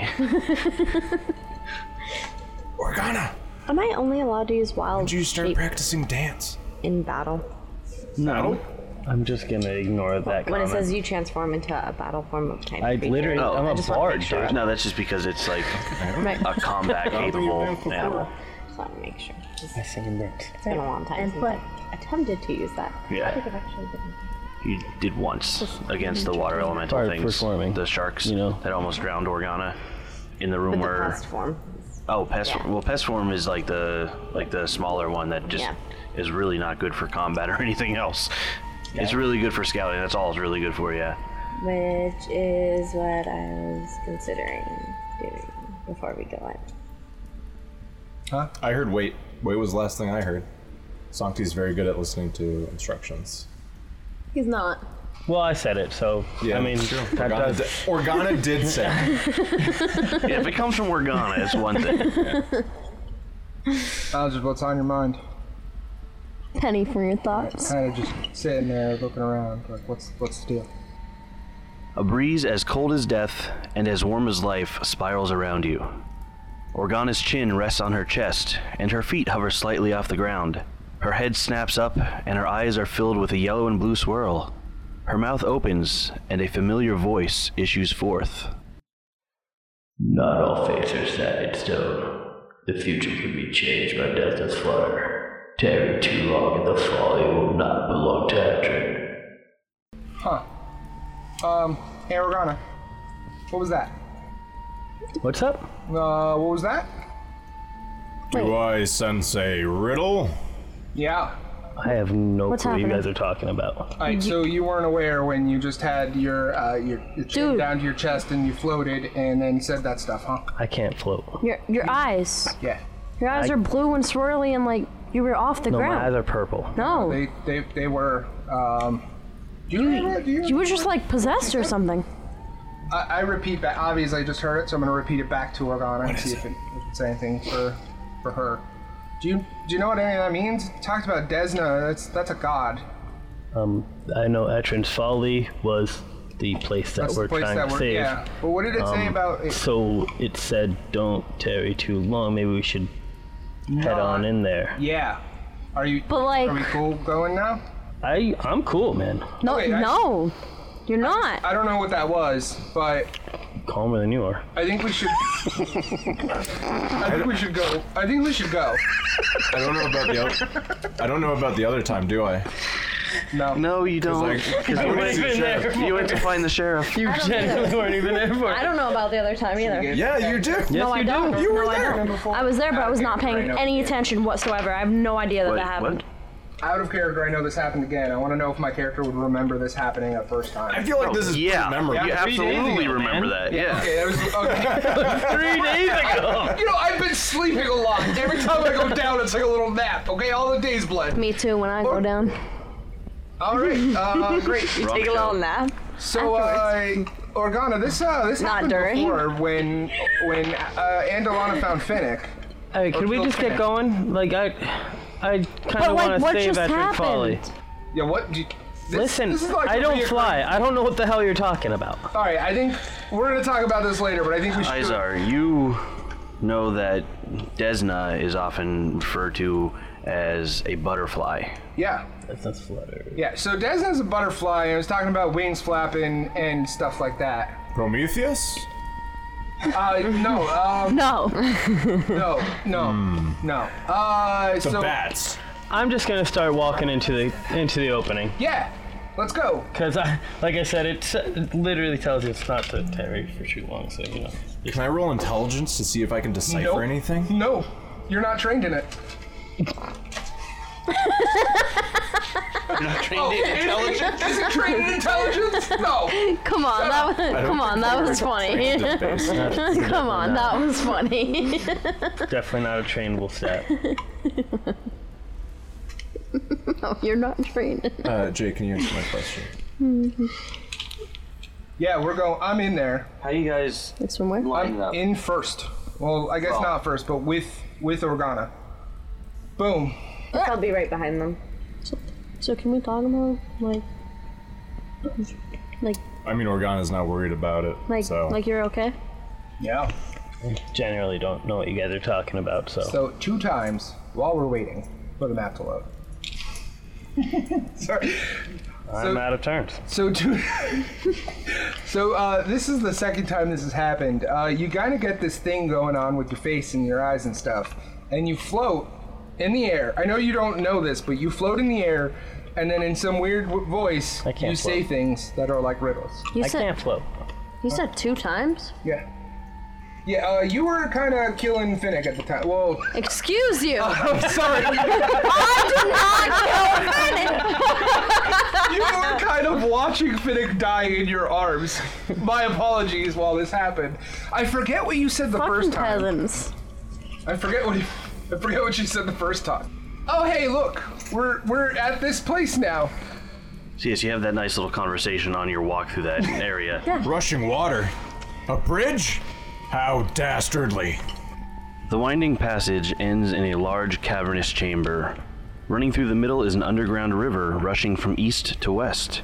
S5: Organa,
S3: Am I only allowed to use wild
S5: did you start
S3: shape
S5: practicing dance?
S3: in battle?
S4: no. I'm just gonna ignore that
S3: When it
S4: comment.
S3: says you transform into a battle form of type
S4: I
S3: creature.
S4: literally,
S1: Oh,
S4: I'm
S1: I
S4: a
S3: just wanna
S4: bard,
S3: make sure.
S4: dude.
S1: no, that's just because it's like a combat capable animal.
S3: Just want to make sure. It's
S4: Oh, I sing and dance.
S3: been a long time
S8: And
S3: since
S8: what?
S3: I attempted to use that. I think I've
S1: Yeah,
S3: actually been.
S1: you did once against the water elemental
S4: Part
S1: things,
S4: performing,
S1: the sharks.
S4: you know.
S1: that almost drowned Organa in the room
S3: With the
S1: where.
S3: past form.
S1: Oh, pest.
S3: Yeah.
S1: Well, pest form is like the like the smaller one that just
S3: Yeah.
S1: is really not good for combat or anything else. It's really good for scouting. That's all it's really good for. Yeah.
S3: Which is what I was considering doing before we go in.
S5: I heard wait. Wait was the last thing I heard. Sancti's very good at listening to instructions.
S8: He's not.
S4: Well, I said it, so I mean, that
S5: Organa,
S4: does.
S5: did, Organa did say.
S1: yeah if it comes from Organa, it's one thing.
S2: Algid, what's on your mind?
S8: Penny for your thoughts.
S2: Kind of just sitting there looking around, like what's what's the deal?
S1: A breeze as cold as death and as warm as life spirals around you. Organa's chin rests on her chest, and her feet hover slightly off the ground. Her head snaps up, and her eyes are filled with a yellow and blue swirl. Her mouth opens, and a familiar voice issues forth.
S9: Not all fates are set in stone. The future can be changed by Delta's flutter. Tarry too long in the fall, it will not belong to Hatred.
S2: Huh? Um, hey Organa, what was that?
S4: What's up?
S2: Uh, what was that?
S5: Do I sense a riddle?
S2: Yeah.
S4: I have no
S8: What's
S4: clue what you
S8: happening?
S4: guys are talking about.
S2: All right. So you weren't aware when you just had your uh, your, your chin
S8: Dude.
S2: down to your chest and you floated and then said that stuff, huh?
S4: I can't float.
S8: Your your eyes.
S2: Yeah.
S8: Your eyes are blue and swirly and like You were off the
S4: No, my eyes
S8: ground.
S4: are purple.
S8: No,
S2: They they they were. Um, do you, remember- do you,
S8: you were just like possessed or something.
S2: I, I repeat back. Obviously, I just heard it, so I'm gonna repeat it back to Organa and see if it, if it says anything for for her. Do you do you know what any of that means? Talked about Desna. That's that's a god.
S4: Um, I know Etrin's Folly was the place that
S2: That's
S4: we're
S2: the place
S4: trying
S2: that
S4: to
S2: we're.
S4: save.
S2: Yeah. But what did it say
S4: Um,
S2: about it?
S4: So it said, "Don't tarry too long. Maybe we should head on in there."
S2: Yeah. Are you?
S8: But
S2: Are we
S8: like,
S2: cool going now?
S4: I I'm cool, man.
S8: no,
S2: Wait, I-
S8: no, you're not.
S2: I don't know what that was, but
S4: Calmer than you are.
S2: I think we should. I think we should go. I think we should go.
S5: I don't know about the other. I don't know about the other time, do I?
S2: No.
S1: No, you don't.
S5: Like, I
S1: you,
S5: would've
S1: went,
S5: seen
S4: been
S5: Sheriff.
S4: there.
S1: you went to find the sheriff.
S4: You genuinely weren't even there for.
S7: I don't know about the other time either.
S5: Yeah, you did.
S4: Yes,
S8: no, I
S4: Oh, you do.
S8: don't.
S5: You
S8: no,
S5: were
S8: I
S5: there.
S8: don't. I was there, but I was not paying any attention whatsoever. I have no idea that
S1: What-
S8: that happened.
S1: what?
S2: Out of character, I know this happened again. I want to know if my character would remember this happening the first
S5: I
S2: time.
S5: feel like this is
S1: yeah,
S5: pretty memorable.
S1: you
S4: three days
S1: absolutely
S4: ago,
S1: remember
S4: man.
S1: that. Yeah.
S2: Okay, that was okay.
S4: Three days ago.
S2: You know, I've been sleeping a lot. Every time I go down, it's like a little nap. Okay, all the day's blood.
S8: Me too. When I go down,
S2: All right, uh, great.
S7: Take a little nap.
S2: So, uh, Organa, this uh, this
S7: Not
S2: happened
S7: during.
S2: before when when uh, Andalana found Finnick.
S4: All right, can we just get going? Like I, I kind
S8: But,
S4: of
S8: like,
S4: want
S8: what
S4: to save
S8: just
S4: Etrin Folly.
S8: happened?
S2: Yeah, what? Do you, this,
S4: Listen,
S2: this is like
S4: I
S2: a
S4: don't
S2: reoccurring-
S4: fly. I don't know what the hell you're talking about.
S2: All right, I think we're gonna talk about this later, but I think we should.
S1: Izar, you know that Desna is often referred to as a butterfly.
S2: Yeah,
S4: That's not flutter.
S2: yeah. So Desna's a butterfly, and I was talking about wings flapping and stuff like that.
S5: Prometheus.
S2: Uh, no, um,
S8: no.
S2: no, no, no. Uh,
S5: The
S2: so
S5: bats.
S4: I'm just gonna start walking into the into the opening
S2: yeah, let's go.
S4: because I, like I said, it, s- it literally tells you it's not to tarry for too long. So you know.
S5: Can I roll intelligence to see if I can decipher
S2: Nope.
S5: anything?
S2: No, you're not trained in it. Intelligence? Oh, Is it trained in intelligence? No.
S8: Come on, that was, come on, that was funny.
S5: Uh,
S8: Come on, that was funny.
S4: Definitely not a trainable stat.
S8: no, you're not trained.
S5: uh, Jay, can you answer my question?
S2: Yeah, we're going. I'm in there.
S1: How you guys
S8: It's from where?
S2: I'm in first. Well, I guess not first, but with with Organa. Boom.
S3: I'll be right behind them.
S8: So can we talk about like, like,
S5: I mean, Organa's not worried about it.
S8: like,
S5: so.
S8: like you're okay?
S2: Yeah.
S4: Generally, don't know what you guys are talking about. So,
S2: So two times while we're waiting for the map to load. Sorry.
S4: I'm out of turns.
S2: So two. so uh, this is the second time this has happened. Uh, you kind of get this thing going on with your face and your eyes and stuff, and you float in the air. I know you don't know this, but you float in the air, and then in some weird w- voice,
S4: I can't
S2: you say
S4: float.
S2: things that are like riddles.
S8: You
S4: I
S8: said
S4: can't float.
S8: you said two times.
S2: Yeah. Yeah, uh, you were kind of killing Finnick at the time. Well,
S8: Excuse you.
S2: I'm sorry. you were kind of watching Finnick die in your arms. My apologies while this happened. I forget what you said the
S8: Fucking
S2: first time.
S8: peasants.
S2: I forget what you, I forget what you said the first time. Oh hey, look, we're we're at this place now.
S1: So yes, you have that nice little conversation on your walk through that area.
S5: Rushing water. A bridge? How dastardly.
S1: The winding passage ends in a large cavernous chamber. Running through the middle is an underground river rushing from east to west.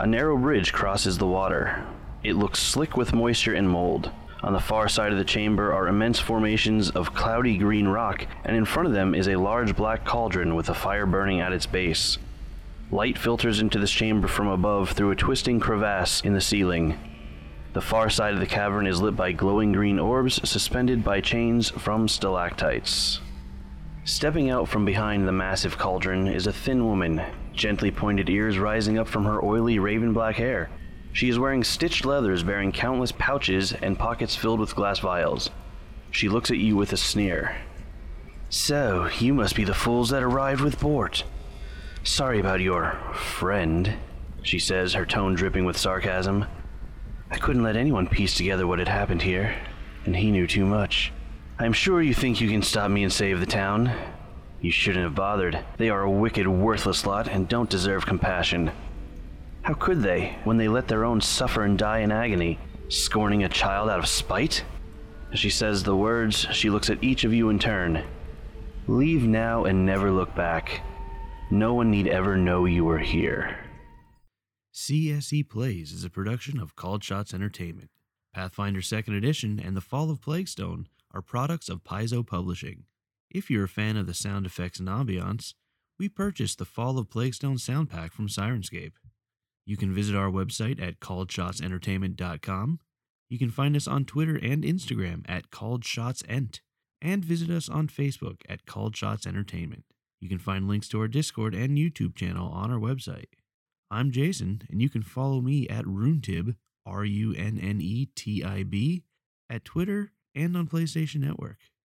S1: A narrow bridge crosses the water. It looks slick with moisture and mold. On the far side of the chamber are immense formations of cloudy green rock, and in front of them is a large black cauldron with a fire burning at its base. Light filters into this chamber from above through a twisting crevasse in the ceiling. The far side of the cavern is lit by glowing green orbs suspended by chains from stalactites. Stepping out from behind the massive cauldron is a thin woman, gently pointed ears rising up from her oily raven black hair. She is wearing stitched leathers bearing countless pouches and pockets filled with glass vials. She looks at you with a sneer. So, you must be the fools that arrived with Bort. Sorry about your friend, she says, her tone dripping with sarcasm. I couldn't let anyone piece together what had happened here, and he knew too much. I'm sure you think you can stop me and save the town. You shouldn't have bothered. They are a wicked, worthless lot and don't deserve compassion. How could they, when they let their own suffer and die in agony, scorning a child out of spite? As she says the words, she looks at each of you in turn. Leave now and never look back. No one need ever know you were here.
S9: CSE Plays is a production of Called Shots Entertainment. Pathfinder 2nd Edition and The Fall of Plaguestone are products of Paizo Publishing. If you're a fan of the sound effects and ambiance, we purchased The Fall of Plaguestone sound pack from Sirenscape. You can visit our website at calledshotsentertainment.com. You can find us on Twitter and Instagram at calledshotsent and visit us on Facebook at Called Shots Entertainment. You can find links to our Discord and YouTube channel on our website. I'm Jason, and you can follow me at Runetib, R U N N E T I B, at Twitter and on PlayStation Network.